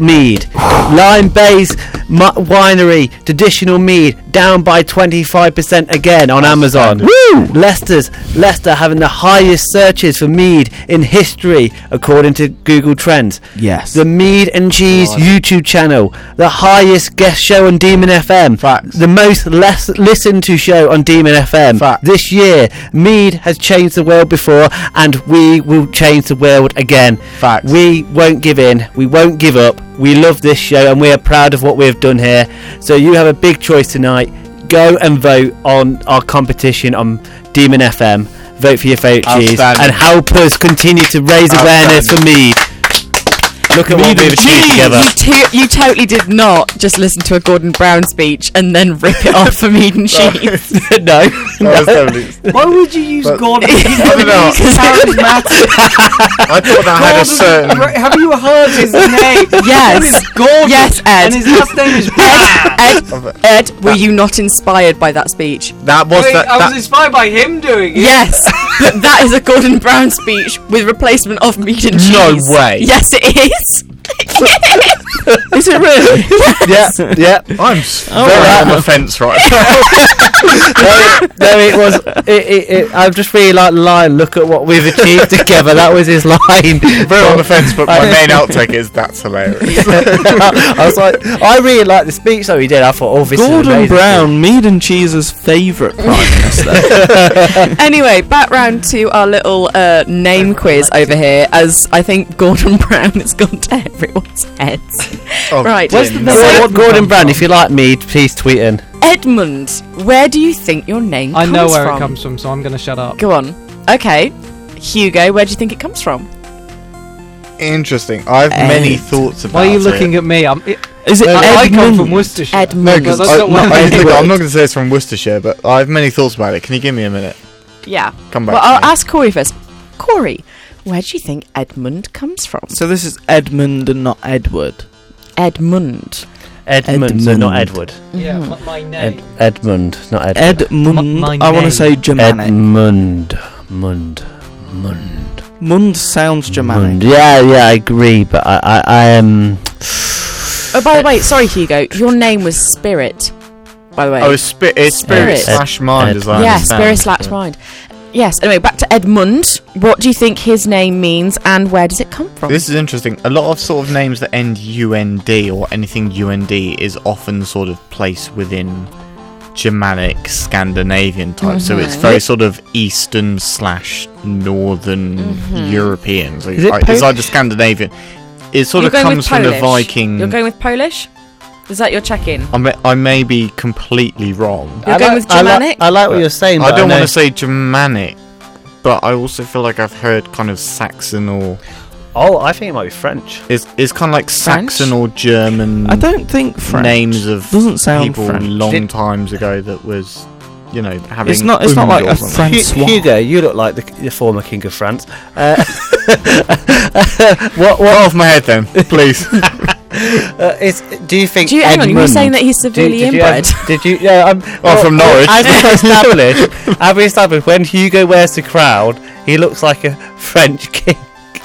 Speaker 2: mead. Lime Bay's mu- winery, traditional mead, down by 25% again on Amazon. Woo! Leicester's Leicester having the highest searches for mead in history, according to Google Trends.
Speaker 1: Yes.
Speaker 2: The Mead and Cheese YouTube channel, the highest guest show on Demon FM,
Speaker 4: Facts.
Speaker 2: the most less listened to show on Demon FM
Speaker 4: Facts.
Speaker 2: this year. Mead has changed the world before, and we will change the world again.
Speaker 4: Facts.
Speaker 2: We won't give in. We won't give up. We love this show, and we are proud of what we have done here. So you have a big choice tonight. Go and vote on our competition on Demon FM. Vote for your favourite cheese
Speaker 4: Outstanding.
Speaker 2: and help us continue to raise awareness for mead. Look at what we've achieved together.
Speaker 3: You, to- you totally did not just listen to a Gordon Brown speech and then rip it off for meat and cheese.
Speaker 2: no,
Speaker 4: that was
Speaker 2: no.
Speaker 4: totally-
Speaker 5: Why would you use
Speaker 4: But-
Speaker 5: Gordon? He's
Speaker 4: I don't know.
Speaker 5: charismatic.
Speaker 4: I thought that had a certain.
Speaker 5: Gordon, have you heard his name?
Speaker 3: Yes.
Speaker 5: His name is Gordon.
Speaker 3: Yes, Ed.
Speaker 5: And his last name is Brad.
Speaker 3: Ed, Ed, were you not inspired by that speech?
Speaker 4: That was
Speaker 5: Wait,
Speaker 4: that.
Speaker 5: I was
Speaker 4: that-
Speaker 5: inspired by him doing it.
Speaker 3: Yes, Look, that is a Gordon Brown speech with replacement of meat and cheese.
Speaker 4: No way.
Speaker 3: Yes, it is.
Speaker 1: Is it really?
Speaker 2: yeah, yeah.
Speaker 4: I'm s- very on the fence right now.
Speaker 2: No, it- no, it was. It, it, it, I'm just really like line. Look at what we've achieved together. That was his line.
Speaker 4: very on the fence, but my main outtake is that's hilarious.
Speaker 2: I was like, I really like the speech though he did. I thought, oh, this is
Speaker 1: Gordon
Speaker 2: amazing.
Speaker 1: Brown, mead and cheese's favourite prime minister.
Speaker 3: anyway, back round to our little uh, name quiz over here, as I think Gordon Brown has gone to everyone's heads.
Speaker 4: Oh,
Speaker 3: right.
Speaker 4: Where's
Speaker 2: Well,
Speaker 4: the name?
Speaker 3: so,
Speaker 2: what Gordon Brown? If you like me, please tweet in.
Speaker 3: Edmund, where do you think your name
Speaker 5: I
Speaker 3: comes
Speaker 5: know where
Speaker 3: from?
Speaker 5: it comes from, so I'm going to shut up.
Speaker 3: Go on. Okay. Hugo, where do you think it comes from?
Speaker 4: Interesting. I have
Speaker 3: Eight.
Speaker 4: many thoughts about
Speaker 5: Why are you
Speaker 4: it.
Speaker 5: looking at me? I'm, it,
Speaker 1: Is it
Speaker 5: I- I come
Speaker 1: Edmund?
Speaker 5: from Worcestershire.
Speaker 3: Edmund.
Speaker 4: No,
Speaker 5: No,
Speaker 4: because
Speaker 5: that's
Speaker 4: I,
Speaker 5: not what
Speaker 4: no, I
Speaker 5: I
Speaker 4: think-
Speaker 5: meant.
Speaker 4: I'm not going to say it's from Worcestershire, but I have many thoughts about it. Can you give me a minute?
Speaker 3: Yeah.
Speaker 4: Come back.
Speaker 3: Well, I'll
Speaker 4: to me.
Speaker 3: ask Corey first. Corey, where do you think Edmund comes from?
Speaker 1: So this is Edmund and not Edward.
Speaker 3: Edmund.
Speaker 2: Edmund,
Speaker 1: Edmund.
Speaker 2: not Edward.
Speaker 5: Yeah,
Speaker 3: Mhm.
Speaker 5: my, my name.
Speaker 2: Ed, Edmund, not Edward.
Speaker 1: Edmund.
Speaker 5: My- my
Speaker 1: I want
Speaker 5: name.
Speaker 1: to say Germanic.
Speaker 2: Edmund, Mund, Mund.
Speaker 1: Mund sounds
Speaker 2: Mund.
Speaker 1: Germanic.
Speaker 2: Mm, Yeah, yeah, I agree, but I, I, I um, am.
Speaker 3: Oh, by the way, sorry, Hugo. Your name was Spirit. By the way.
Speaker 4: Oh, it's, spi- it's spirit,
Speaker 3: Spirit.
Speaker 4: slash mind,
Speaker 2: Ed-
Speaker 4: as I
Speaker 3: yeah,
Speaker 4: understand.
Speaker 3: Spirit slaps mind. Yes. Anyway, back to Edmund. What do you think his name means, and where does it come from?
Speaker 4: This is interesting. A lot of sort of names that end UND or anything UND is often sort of placed within Germanic, Scandinavian type. So it's very sort of Eastern slash Northern
Speaker 3: Mm-hmm.
Speaker 4: European. So
Speaker 2: Is it
Speaker 4: I-
Speaker 2: Pol-
Speaker 4: it's either Scandinavian. It sort
Speaker 3: You're
Speaker 4: of
Speaker 3: going with
Speaker 4: comes from the
Speaker 3: Polish?
Speaker 4: Viking.
Speaker 3: You're going with Polish. Is that your check-in?
Speaker 4: I, may, I may be completely wrong.
Speaker 3: You're
Speaker 2: I
Speaker 3: going
Speaker 2: like,
Speaker 3: with
Speaker 2: I like-
Speaker 3: Germanic?
Speaker 2: I like what you're saying.
Speaker 4: I
Speaker 2: but
Speaker 4: don't
Speaker 2: know-
Speaker 4: want to say Germanic, but I also feel like I've heard kind of Saxon or
Speaker 2: Oh, I think it might be French.
Speaker 4: it's it's kind of like
Speaker 3: French?
Speaker 4: Saxon or German.
Speaker 1: I don't think French.
Speaker 4: names of
Speaker 1: doesn't sound
Speaker 4: people
Speaker 1: French.
Speaker 4: long
Speaker 2: Did-
Speaker 4: times ago that was, you know, having.
Speaker 1: It's not. It's not
Speaker 4: umd
Speaker 1: like
Speaker 4: or
Speaker 1: a
Speaker 4: something.
Speaker 1: French
Speaker 2: Hu-
Speaker 1: swap.
Speaker 2: Hugo, you look like the, the former king of France. Uh,
Speaker 4: What, what off my head then, please?
Speaker 2: uh, is, do you think?
Speaker 3: Do you, hang on, you were
Speaker 2: Edmund-
Speaker 3: saying that he's
Speaker 2: Do you-
Speaker 3: severely
Speaker 2: did you
Speaker 3: inbred.
Speaker 2: have- did you? Yeah, um, I'm.
Speaker 4: Oh, from Norwich.
Speaker 2: I've established. I've established when Hugo wears the crown, he looks like a French king.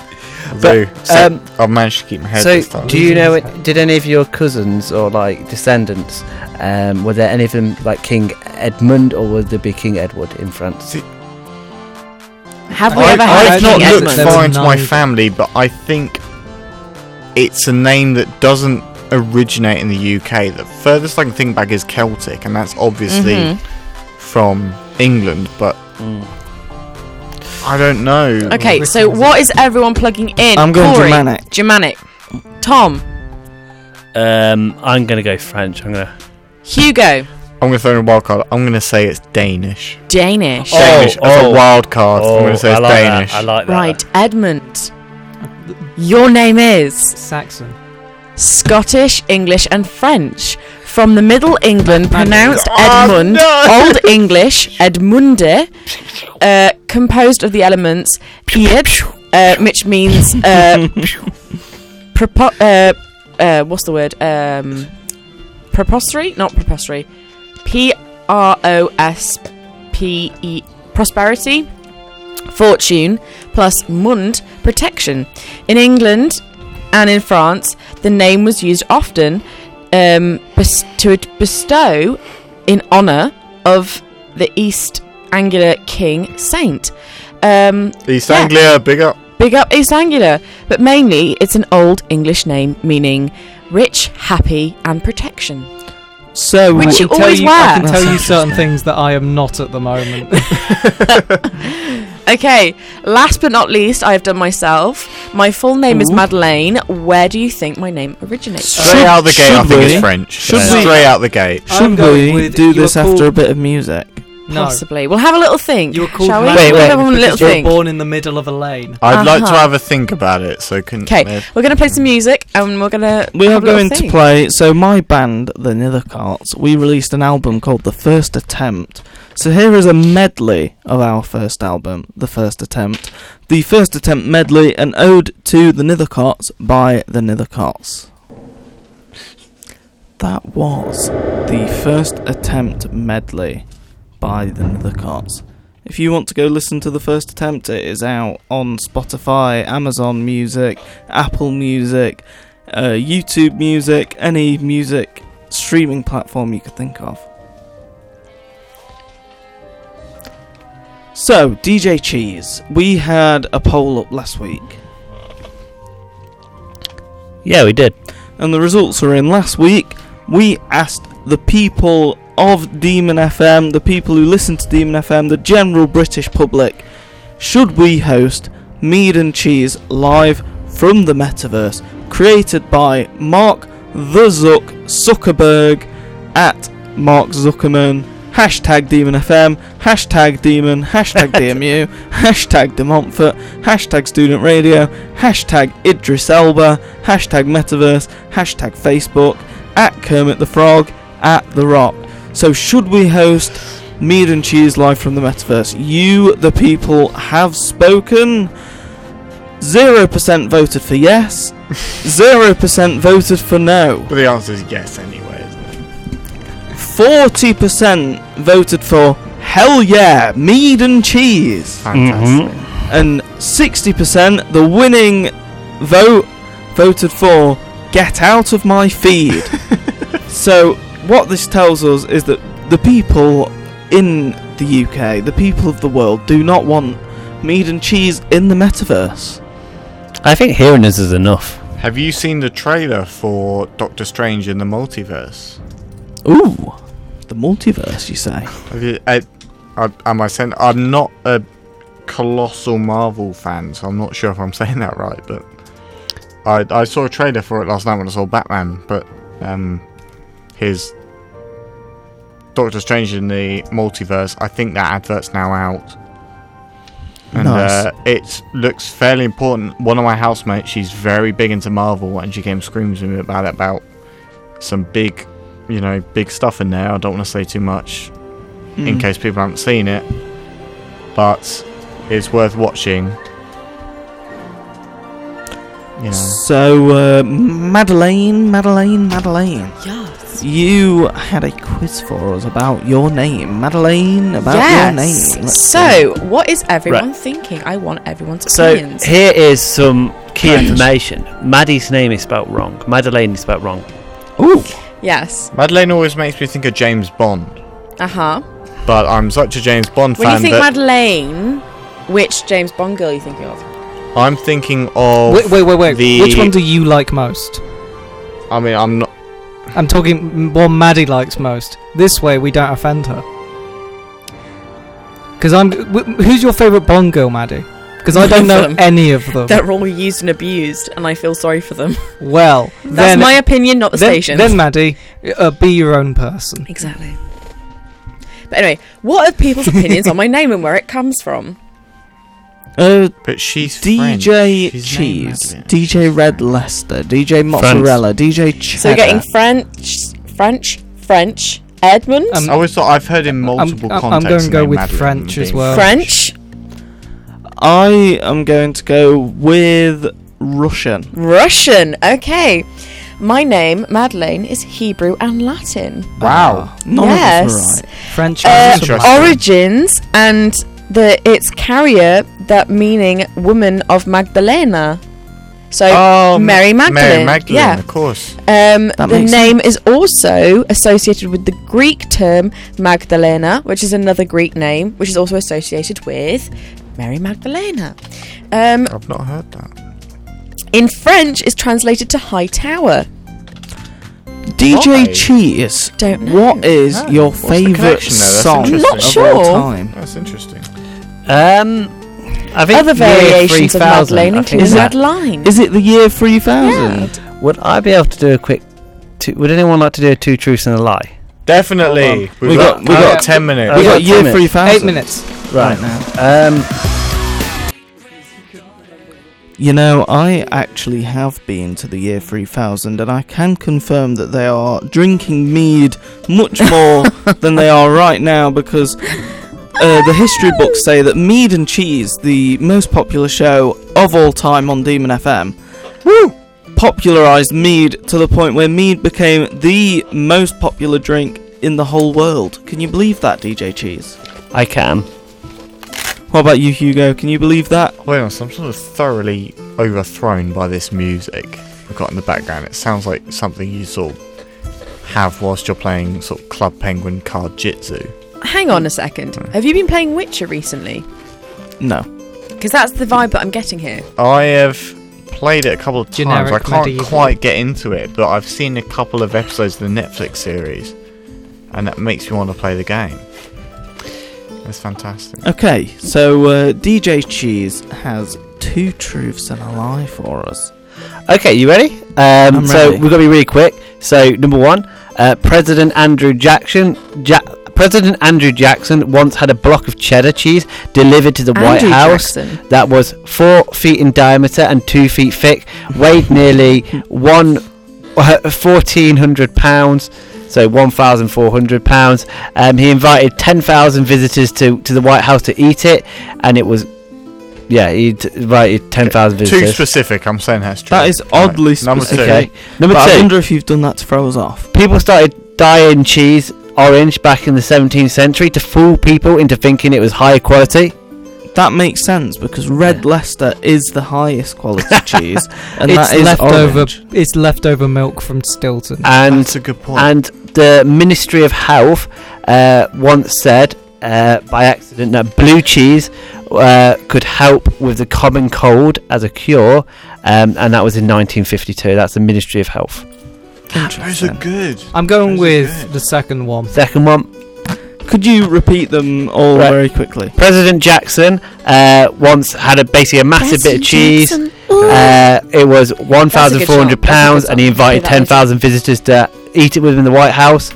Speaker 4: Though, so
Speaker 2: um,
Speaker 4: I've managed to keep my head
Speaker 2: So,
Speaker 4: this time.
Speaker 2: do you know? it- Did any of your cousins or like descendants? Um, were there any of them like King Edmund, or would there be King Edward in France?
Speaker 3: Have we
Speaker 4: I,
Speaker 3: ever
Speaker 5: had
Speaker 4: I've
Speaker 3: heard
Speaker 4: not
Speaker 3: King
Speaker 4: looked
Speaker 3: Edmund?
Speaker 5: Edmund?
Speaker 4: far into my
Speaker 5: Neither.
Speaker 4: family, but I think it's a name that doesn't originate in the UK. The furthest I can think back is Celtic, and that's obviously
Speaker 3: Mhm.
Speaker 4: from England, but. I don't know.
Speaker 3: Okay, so what is everyone plugging in?
Speaker 1: I'm going
Speaker 3: Corey,
Speaker 1: Germanic.
Speaker 3: Germanic. Tom,
Speaker 2: Um, I'm gonna go French. I'm gonna.
Speaker 3: Hugo,
Speaker 4: I'm gonna throw in a wild card. I'm gonna say it's Danish.
Speaker 3: Danish.
Speaker 2: Oh,
Speaker 4: Danish as a
Speaker 2: oh.
Speaker 4: wild card. I'm going to say
Speaker 2: I
Speaker 4: it's
Speaker 2: like
Speaker 4: Danish.
Speaker 2: that. I like that.
Speaker 3: right, Edmund. Your name is
Speaker 5: Saxon.
Speaker 3: Scottish, English, and French. From the Middle England, pronounced Edmund, Old English, Edmunde, uh, composed of the elements Eid, uh, which means. Uh, prepo- uh, uh, what's the word? Um, preposterary? Not preposterary. P R O S P E. Prosperity, fortune, plus mund, protection. In England, and in France, the name was used often um, bes- to bestow in honour of the East Anglia king saint. Um,
Speaker 4: East
Speaker 3: Yeah.
Speaker 4: Anglia, big up.
Speaker 3: big up East Anglia, but mainly it's an old English name meaning rich, happy, and protection.
Speaker 1: So
Speaker 3: Which
Speaker 5: I
Speaker 3: you
Speaker 5: can tell
Speaker 3: always
Speaker 5: you,
Speaker 3: were.
Speaker 5: I can
Speaker 1: That's
Speaker 5: tell you certain
Speaker 1: interesting.
Speaker 5: things that I am not at the moment.
Speaker 3: Okay, last but not least, I have done myself. My full name is Madeleine. Where do you think my name originates? from?
Speaker 4: Straight out the gate, I
Speaker 1: should
Speaker 4: think
Speaker 1: we?
Speaker 4: it's French.
Speaker 1: Should
Speaker 4: Straight
Speaker 5: we?
Speaker 4: out the gate.
Speaker 5: I'm
Speaker 1: should
Speaker 5: going
Speaker 1: we
Speaker 5: with
Speaker 1: do
Speaker 5: you
Speaker 1: this
Speaker 5: were
Speaker 1: after
Speaker 5: called-
Speaker 1: a bit of music?
Speaker 5: no,
Speaker 3: Possibly. We'll have a little think.
Speaker 5: you were called
Speaker 3: shall we?
Speaker 5: Madeleine
Speaker 3: we'll
Speaker 2: wait,
Speaker 3: have a little
Speaker 5: because you
Speaker 3: think.
Speaker 5: were born in the middle of a lane.
Speaker 4: I'd like to
Speaker 3: Uh-huh.
Speaker 4: have a think about it, so can.
Speaker 3: Okay, we're gonna play some music and we're gonna.
Speaker 1: We are
Speaker 3: have a little
Speaker 1: going to
Speaker 3: thing.
Speaker 1: play. So my band, the Nithercarts, we released an album called The First Attempt. So here is a medley of our first album, The First Attempt. The First Attempt medley, an ode to the Nithercarts by the Nithercarts. That was the First Attempt medley by the Nithercarts. If you want to go listen to the first attempt, it is out on Spotify, Amazon Music, Apple Music, uh, YouTube Music, any music streaming platform you could think of. So, DJ Cheese, we had a poll up last week,
Speaker 2: Yeah, we did.
Speaker 1: and the results are in last week. We asked the people of Demon FM, the people who listen to Demon FM, the general British public, should we host Mead and Cheese live from the metaverse, created by Mark the Zuck Zuckerberg at Mark Zuckerman, hashtag Demon FM, hashtag Demon, hashtag DMU, hashtag De Montfort, hashtag Student Radio, hashtag Idris Elba, hashtag Metaverse, hashtag Facebook, at Kermit the Frog, at The Rock. So should we host Mead and Cheese live from the Metaverse? You, the people, have spoken. 0% voted for yes, 0% voted for no.
Speaker 4: But the answer is yes anyway, isn't it?
Speaker 1: 40% voted for hell yeah, mead and cheese.
Speaker 4: Fantastic.
Speaker 1: And 60%, the winning vote, voted for get out of my feed. so, what this tells us is that the people in the UK, the people of the world, do not want mead and cheese in the metaverse.
Speaker 2: I think hearing us is enough.
Speaker 4: Have you seen the trailer for Doctor Strange in the Multiverse?
Speaker 1: Ooh, the multiverse, you say?
Speaker 4: Have you, I, I, am I saying I'm not a colossal Marvel fan, so I'm not sure if I'm saying that right. But I, I saw a trailer for it last night when I saw Batman. But um, his Doctor Strange in the Multiverse. I think that advert's now out. And
Speaker 1: Nice.
Speaker 4: uh, it looks fairly important. One of my housemates, she's very big into Marvel, and she came screaming to me about it, about some big, you know, big stuff in there. I don't want to say too much in
Speaker 1: Mm.
Speaker 4: case people haven't seen it. But it's worth watching. You know,
Speaker 1: So, uh, Madeleine, Madeleine, Madeleine.
Speaker 3: Yes.
Speaker 1: You had a quiz for us about your name, Madeleine. About your
Speaker 3: yes.
Speaker 1: name. Let's see.
Speaker 3: So, what is everyone thinking? I want everyone's
Speaker 2: So
Speaker 3: opinions.
Speaker 2: here is some key information. Maddie's name is spelt wrong. Madeleine is spelt wrong.
Speaker 1: Ooh,
Speaker 3: yes.
Speaker 4: Madeleine always makes me think of James Bond,
Speaker 3: Uh huh.
Speaker 4: but I'm such a James Bond
Speaker 3: When you
Speaker 4: fan
Speaker 3: think
Speaker 4: that
Speaker 3: Madeleine, which James Bond girl are you thinking of?
Speaker 4: I'm thinking of.
Speaker 5: Wait, wait, wait, wait.
Speaker 4: the-
Speaker 5: Which one do you like most?
Speaker 4: I mean, I'm not.
Speaker 5: I'm talking m- one Maddie likes most. This way, we don't offend her. Because I'm. Wh- who's your favourite Bond girl, Maddie? Because I
Speaker 3: None
Speaker 5: don't know
Speaker 3: of them.
Speaker 5: any of them.
Speaker 3: They're all used and abused, and I feel sorry for them.
Speaker 5: well,
Speaker 3: That's
Speaker 5: then,
Speaker 3: my opinion, not the
Speaker 5: then,
Speaker 3: station's.
Speaker 5: then Maddie, uh, be your own person.
Speaker 3: Exactly. But anyway, what are people's opinions on my name and where it comes from?
Speaker 1: uh,
Speaker 4: But she's
Speaker 1: DJ
Speaker 4: French. She's named
Speaker 1: Cheese,
Speaker 4: Madeleine.
Speaker 1: DJ Red Leicester, DJ Mozzarella, DJ Cheddar.
Speaker 3: So we're getting French, French, French, Edmund,
Speaker 5: Um,
Speaker 4: I always thought I've heard in multiple
Speaker 5: I'm- I'm
Speaker 4: contexts.
Speaker 5: gonna
Speaker 4: the
Speaker 5: go
Speaker 4: name
Speaker 5: with
Speaker 4: Madeleine
Speaker 5: French
Speaker 4: being
Speaker 5: as
Speaker 1: Um,
Speaker 5: well.
Speaker 3: French,
Speaker 1: I am going to go with Russian.
Speaker 3: Russian. Okay. My name, Madeleine, is Hebrew and Latin.
Speaker 4: Wow.
Speaker 1: Ah. None of us
Speaker 3: yes.
Speaker 1: were right.
Speaker 5: Ah, French.
Speaker 3: Uh,
Speaker 5: is a-
Speaker 4: Oh, Interesting.
Speaker 3: origins and the its carrier, that meaning woman of Magdalena. So
Speaker 4: Oh,
Speaker 3: Mary Magdalene.
Speaker 4: Mary Magdalene,
Speaker 3: Yeah.
Speaker 4: of course.
Speaker 3: Um,
Speaker 1: That
Speaker 3: the
Speaker 1: makes
Speaker 3: name is also associated with the Greek term Magdalena, which is another Greek name, which is also associated with Mary Magdalena. Um,
Speaker 4: I've not heard that.
Speaker 3: in French, is translated to high tower.
Speaker 1: DJ
Speaker 4: Why?
Speaker 1: Cheese.
Speaker 3: Don't know.
Speaker 1: What is
Speaker 4: No,
Speaker 1: your
Speaker 4: what's the
Speaker 1: favourite
Speaker 4: connection there? That's
Speaker 1: song
Speaker 4: I'm
Speaker 3: not
Speaker 1: of all
Speaker 3: sure.
Speaker 1: time?
Speaker 4: That's interesting.
Speaker 2: Um, I think
Speaker 3: Other
Speaker 2: year
Speaker 3: variations
Speaker 2: 3000,
Speaker 3: of Madeleine
Speaker 2: I think
Speaker 3: include
Speaker 1: is
Speaker 2: that-
Speaker 3: Madeline.
Speaker 1: Is it the year 3000?
Speaker 2: Would I be able to do a quick? Two, would anyone like to do a two truths and a lie?
Speaker 4: Definitely. We've
Speaker 1: We
Speaker 4: got,
Speaker 1: got-
Speaker 4: we've
Speaker 1: we
Speaker 4: got
Speaker 5: got-
Speaker 4: 10 minutes.
Speaker 1: We
Speaker 2: Uh,
Speaker 1: got
Speaker 2: yeah,
Speaker 1: year
Speaker 2: ten minutes.
Speaker 1: 3000.
Speaker 5: Eight minutes.
Speaker 1: Right now.
Speaker 2: Um,
Speaker 1: You know, I actually have been to the year 3000 and I can confirm that they are drinking mead much more than they are right now because uh, the history books say that Mead and Cheese, the most popular show of all time on Demon FM, popularised mead to the point where mead became the most popular drink in the whole world. Can you believe that, DJ Cheese?
Speaker 2: I can.
Speaker 1: What about you, Hugo? Can you believe that?
Speaker 4: Wait, I'm sort of thoroughly overthrown by this music I've got in the background. It sounds like something you sort of have whilst you're playing sort of Club Penguin Card Jitsu.
Speaker 3: Hang on a second. Have you been playing Witcher recently?
Speaker 1: No.
Speaker 3: Because that's the vibe that I'm getting here.
Speaker 4: I have played it a couple of times. I
Speaker 5: Generic
Speaker 4: can't
Speaker 5: medieval.
Speaker 4: quite get into it, but I've seen a couple of episodes of the Netflix series, and that makes me want to play the game. That's fantastic.
Speaker 1: Okay, so uh, DJ Cheese has two truths and a lie for us.
Speaker 2: Okay, you ready? Um,
Speaker 1: I'm
Speaker 2: so
Speaker 1: ready.
Speaker 2: we're gonna be really quick. So number one, uh, President Andrew Jackson. Ja- President Andrew Jackson once had a block of cheddar cheese delivered to the White
Speaker 3: Andrew
Speaker 2: House
Speaker 3: Jackson.
Speaker 2: that was four feet in diameter and two feet thick, weighed nearly one uh, fourteen hundred pounds. So one thousand four hundred pounds. Um, he invited ten thousand visitors to, to the White House to eat it, and it was, yeah, he t- invited ten thousand visitors.
Speaker 4: Too specific. I'm saying that's true.
Speaker 1: That is oddly
Speaker 4: Right, number
Speaker 1: specific.
Speaker 2: Okay. Number
Speaker 1: But
Speaker 2: two.
Speaker 1: I wonder if you've done that to throw us off.
Speaker 2: people started dyeing cheese orange back in the 17th century to fool people into thinking it was high quality.
Speaker 1: That makes sense because Red Leicester is the highest quality cheese, and
Speaker 5: it's
Speaker 1: that is
Speaker 5: leftover.
Speaker 1: orange. Ah.
Speaker 5: It's leftover milk from Stilton.
Speaker 4: two.
Speaker 2: And
Speaker 4: That's a good point.
Speaker 2: and the Ministry of Health uh, once said uh, by accident that blue cheese uh, could help with the common cold as a cure, um, and that was in 1952. That's the Ministry of Health.
Speaker 4: Those are
Speaker 1: Interesting.
Speaker 4: good.
Speaker 5: I'm going
Speaker 4: Those are
Speaker 5: with
Speaker 4: good.
Speaker 5: the second one.
Speaker 2: Second one,
Speaker 1: Could you repeat them all
Speaker 2: Right.
Speaker 1: very quickly?
Speaker 2: President Jackson uh, once had a basically a massive bit of cheese. Uh, it was one thousand four hundred pounds, and he invited
Speaker 3: That's a
Speaker 2: ten
Speaker 3: good
Speaker 2: thousand visitors to eat it with him in the White House.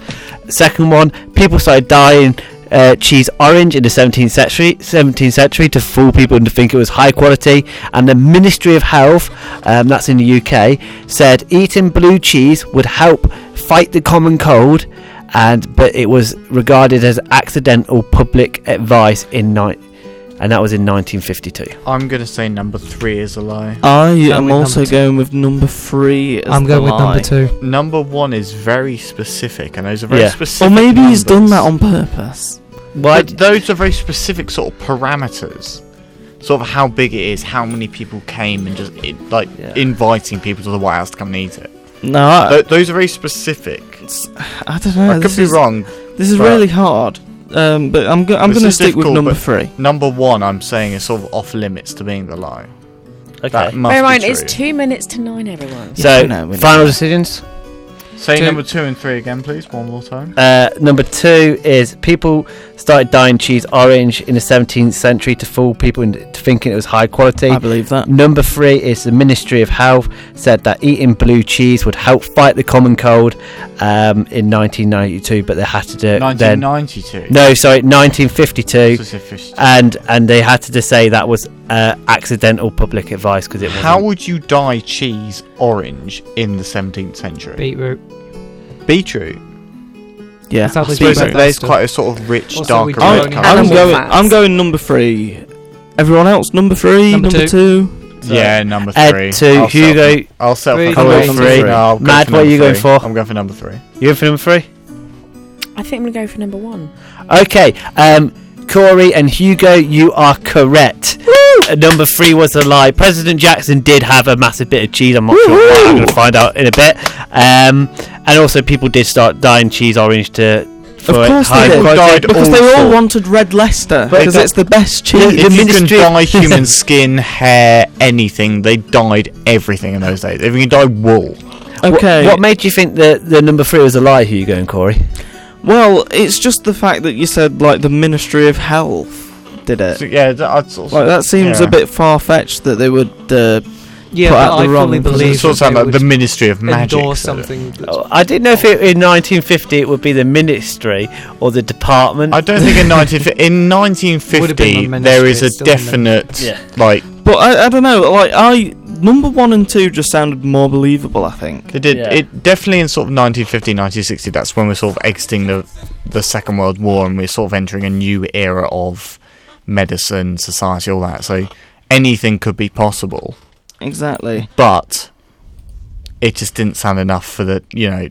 Speaker 2: Second one, people started dyeing uh, cheese orange in the seventeenth century, seventeenth century, to fool people into think it was high quality. And the Ministry of Health, um, that's in the UK, said eating blue cheese would help fight the common cold. And but it was regarded as accidental public advice in night, and that was in 1952.
Speaker 4: I'm gonna say number three is a lie.
Speaker 1: I
Speaker 5: Going
Speaker 1: am
Speaker 5: with
Speaker 1: also
Speaker 5: number two.
Speaker 1: going with number three. As
Speaker 5: I'm going
Speaker 1: the
Speaker 5: with number
Speaker 1: lie.
Speaker 5: two.
Speaker 4: Number one is very specific, and those are very
Speaker 2: Yeah.
Speaker 1: Or
Speaker 2: Or
Speaker 4: specific.
Speaker 1: maybe he's done
Speaker 4: numbers.
Speaker 1: that on purpose.
Speaker 2: Why?
Speaker 4: But those are very specific sort of parameters. Sort of how big it is, how many people came, and just it, like
Speaker 2: Yeah.
Speaker 4: inviting people to the White House to come and eat it.
Speaker 1: No, I,
Speaker 4: Th- those are very specific.
Speaker 1: I don't know.
Speaker 4: I could
Speaker 1: Uh, this
Speaker 4: be
Speaker 1: is,
Speaker 4: wrong.
Speaker 1: This is
Speaker 4: but-
Speaker 1: really hard. Um, but I'm go- I'm
Speaker 4: This
Speaker 1: going to
Speaker 4: is
Speaker 1: stick with
Speaker 4: difficult,
Speaker 1: number
Speaker 4: but-
Speaker 1: three.
Speaker 4: Number one, I'm saying is sort of off limits to being the lie. That must
Speaker 3: Bear in
Speaker 4: be
Speaker 3: mind, it's
Speaker 4: true.
Speaker 3: two minutes to nine, everyone.
Speaker 1: Yeah,
Speaker 2: So,
Speaker 1: we know, we know.
Speaker 2: final decisions.
Speaker 4: Say
Speaker 5: Two.
Speaker 4: number two and three again, please, one more time.
Speaker 2: Uh, number two is people started dyeing cheese orange in the 17th century to fool people into thinking it was high quality.
Speaker 1: I believe that.
Speaker 2: Number three is the Ministry of Health said that eating blue cheese would help fight the common cold um, in 1992, but they had to do it then.
Speaker 4: 1992.
Speaker 2: No, sorry, 1952,
Speaker 4: Specific.
Speaker 2: and and they had to just say that was uh, accidental public advice because it was
Speaker 4: How would you dye cheese orange in the 17th century?
Speaker 5: Beetroot.
Speaker 4: Beetroot.
Speaker 1: Yeah,
Speaker 5: That's how they
Speaker 4: I
Speaker 5: do
Speaker 4: suppose
Speaker 5: it.
Speaker 4: that, that is quite a sort of rich,
Speaker 5: Also, we
Speaker 4: darker
Speaker 5: do
Speaker 4: red
Speaker 5: own
Speaker 4: colour.
Speaker 1: I'm
Speaker 3: Animal
Speaker 1: going.
Speaker 3: fats.
Speaker 1: I'm going number three. Everyone else, number three,
Speaker 5: Number
Speaker 1: number, two.
Speaker 4: Yeah, number
Speaker 2: Ed
Speaker 4: three.
Speaker 2: two,
Speaker 4: I'll settle
Speaker 2: Hugo.
Speaker 4: for- I'll settle
Speaker 5: Three,
Speaker 4: for number
Speaker 2: Hugo
Speaker 4: three.
Speaker 2: three.
Speaker 4: No, I'll go
Speaker 2: Matt,
Speaker 4: for
Speaker 2: what are you
Speaker 4: number
Speaker 2: going for?
Speaker 4: three. I'm going for number three.
Speaker 2: you in for number three.
Speaker 3: I think I'm gonna go for number one.
Speaker 2: Okay, um, Corey and Hugo, you are correct. Uh, Number three was a lie. President Jackson did have a massive bit of cheese. I'm not sure. Why. I'm going to find out in a bit. Um, and also, people did start dyeing cheese orange to. For
Speaker 1: Of course
Speaker 2: high
Speaker 1: they did.
Speaker 4: quality. Dyed
Speaker 1: because
Speaker 4: all
Speaker 1: they all
Speaker 4: sorts.
Speaker 1: wanted Red Leicester
Speaker 2: But
Speaker 1: because
Speaker 2: they-
Speaker 1: it's the best
Speaker 2: If
Speaker 1: cheese.
Speaker 2: The
Speaker 4: if
Speaker 2: ministry-
Speaker 4: you can dye human skin, hair, anything, they dyed everything in those days. If you can dye wool,
Speaker 1: okay.
Speaker 2: What made you think that the number three was a lie, Hugo and Corey?
Speaker 1: well, it's just the fact that you said like the Ministry of Health did it.
Speaker 4: so, yeah, that, I'd sort of,
Speaker 1: Like that seems
Speaker 4: Yeah.
Speaker 1: a bit far fetched that they would. Uh,
Speaker 5: Yeah,
Speaker 1: Put
Speaker 5: but
Speaker 1: out the
Speaker 5: I
Speaker 1: wrong
Speaker 5: fully
Speaker 1: person.
Speaker 5: believe
Speaker 4: sort of
Speaker 5: that
Speaker 4: sound
Speaker 5: they
Speaker 4: like the
Speaker 5: would
Speaker 4: Ministry of Magic.
Speaker 5: endorse
Speaker 4: said it.
Speaker 5: something. that's-
Speaker 2: Oh, I didn't know if it, in 1950 it would be the ministry or the department.
Speaker 4: I don't think in 19 in 1950
Speaker 5: been on
Speaker 4: there is
Speaker 5: ministry,
Speaker 4: a
Speaker 5: it's still in there.
Speaker 4: definite
Speaker 2: Yeah.
Speaker 4: like
Speaker 1: but I, I don't know. Like I number one and two just sounded more believable. I think.
Speaker 4: They did.
Speaker 2: Yeah.
Speaker 4: It definitely in sort of 1950, 1960. That's when we're sort of exiting the the Second World War and we're sort of entering a new era of medicine, society, all that. So anything could be possible,
Speaker 1: Exactly.
Speaker 4: but it just didn't sound enough for the you know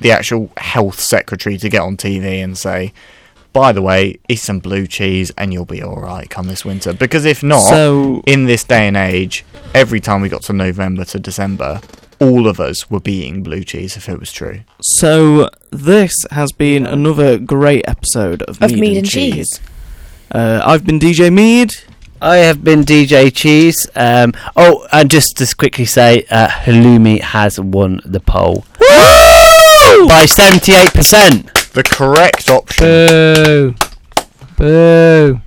Speaker 4: the actual health secretary to get on TV and say by the way, eat some blue cheese and you'll be alright come this winter. Because if not,
Speaker 1: So
Speaker 4: in this day and age, every time we got to November to December, all of us were eating blue cheese if it was true.
Speaker 1: So this has been another great episode of,
Speaker 3: Of
Speaker 1: Mead,
Speaker 3: Mead
Speaker 1: and,
Speaker 3: and
Speaker 1: Cheese.
Speaker 3: Cheese.
Speaker 1: Uh, I've been DJ Mead.
Speaker 2: I have been DJ Cheese. Um, oh, and just to quickly say, uh, Halloumi has won the poll by 78%.
Speaker 4: The correct option.
Speaker 5: Boo. Boo.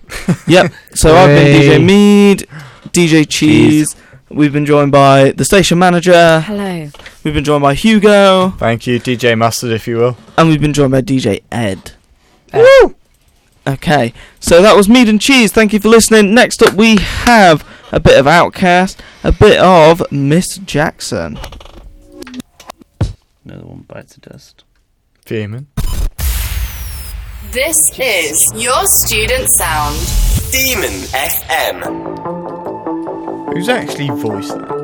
Speaker 1: Yep. So I've
Speaker 5: Hey.
Speaker 1: been DJ Mead, DJ Cheese. We've been joined by the station
Speaker 2: Uh,
Speaker 1: manager.
Speaker 3: Hello.
Speaker 1: We've been joined by Hugo,
Speaker 4: Thank you, DJ Mustard, if you will.
Speaker 1: and we've been joined by DJ Ed.
Speaker 5: Ed.
Speaker 1: Woo! Okay. So that was Mead and Cheese. Thank you for listening. Next up, we have a bit of Outcast, a bit of Miss Jackson.
Speaker 2: Another one bites the dust.
Speaker 4: Fuming.
Speaker 8: This is your student sound.
Speaker 9: Demon FM.
Speaker 4: Who's actually voiced that?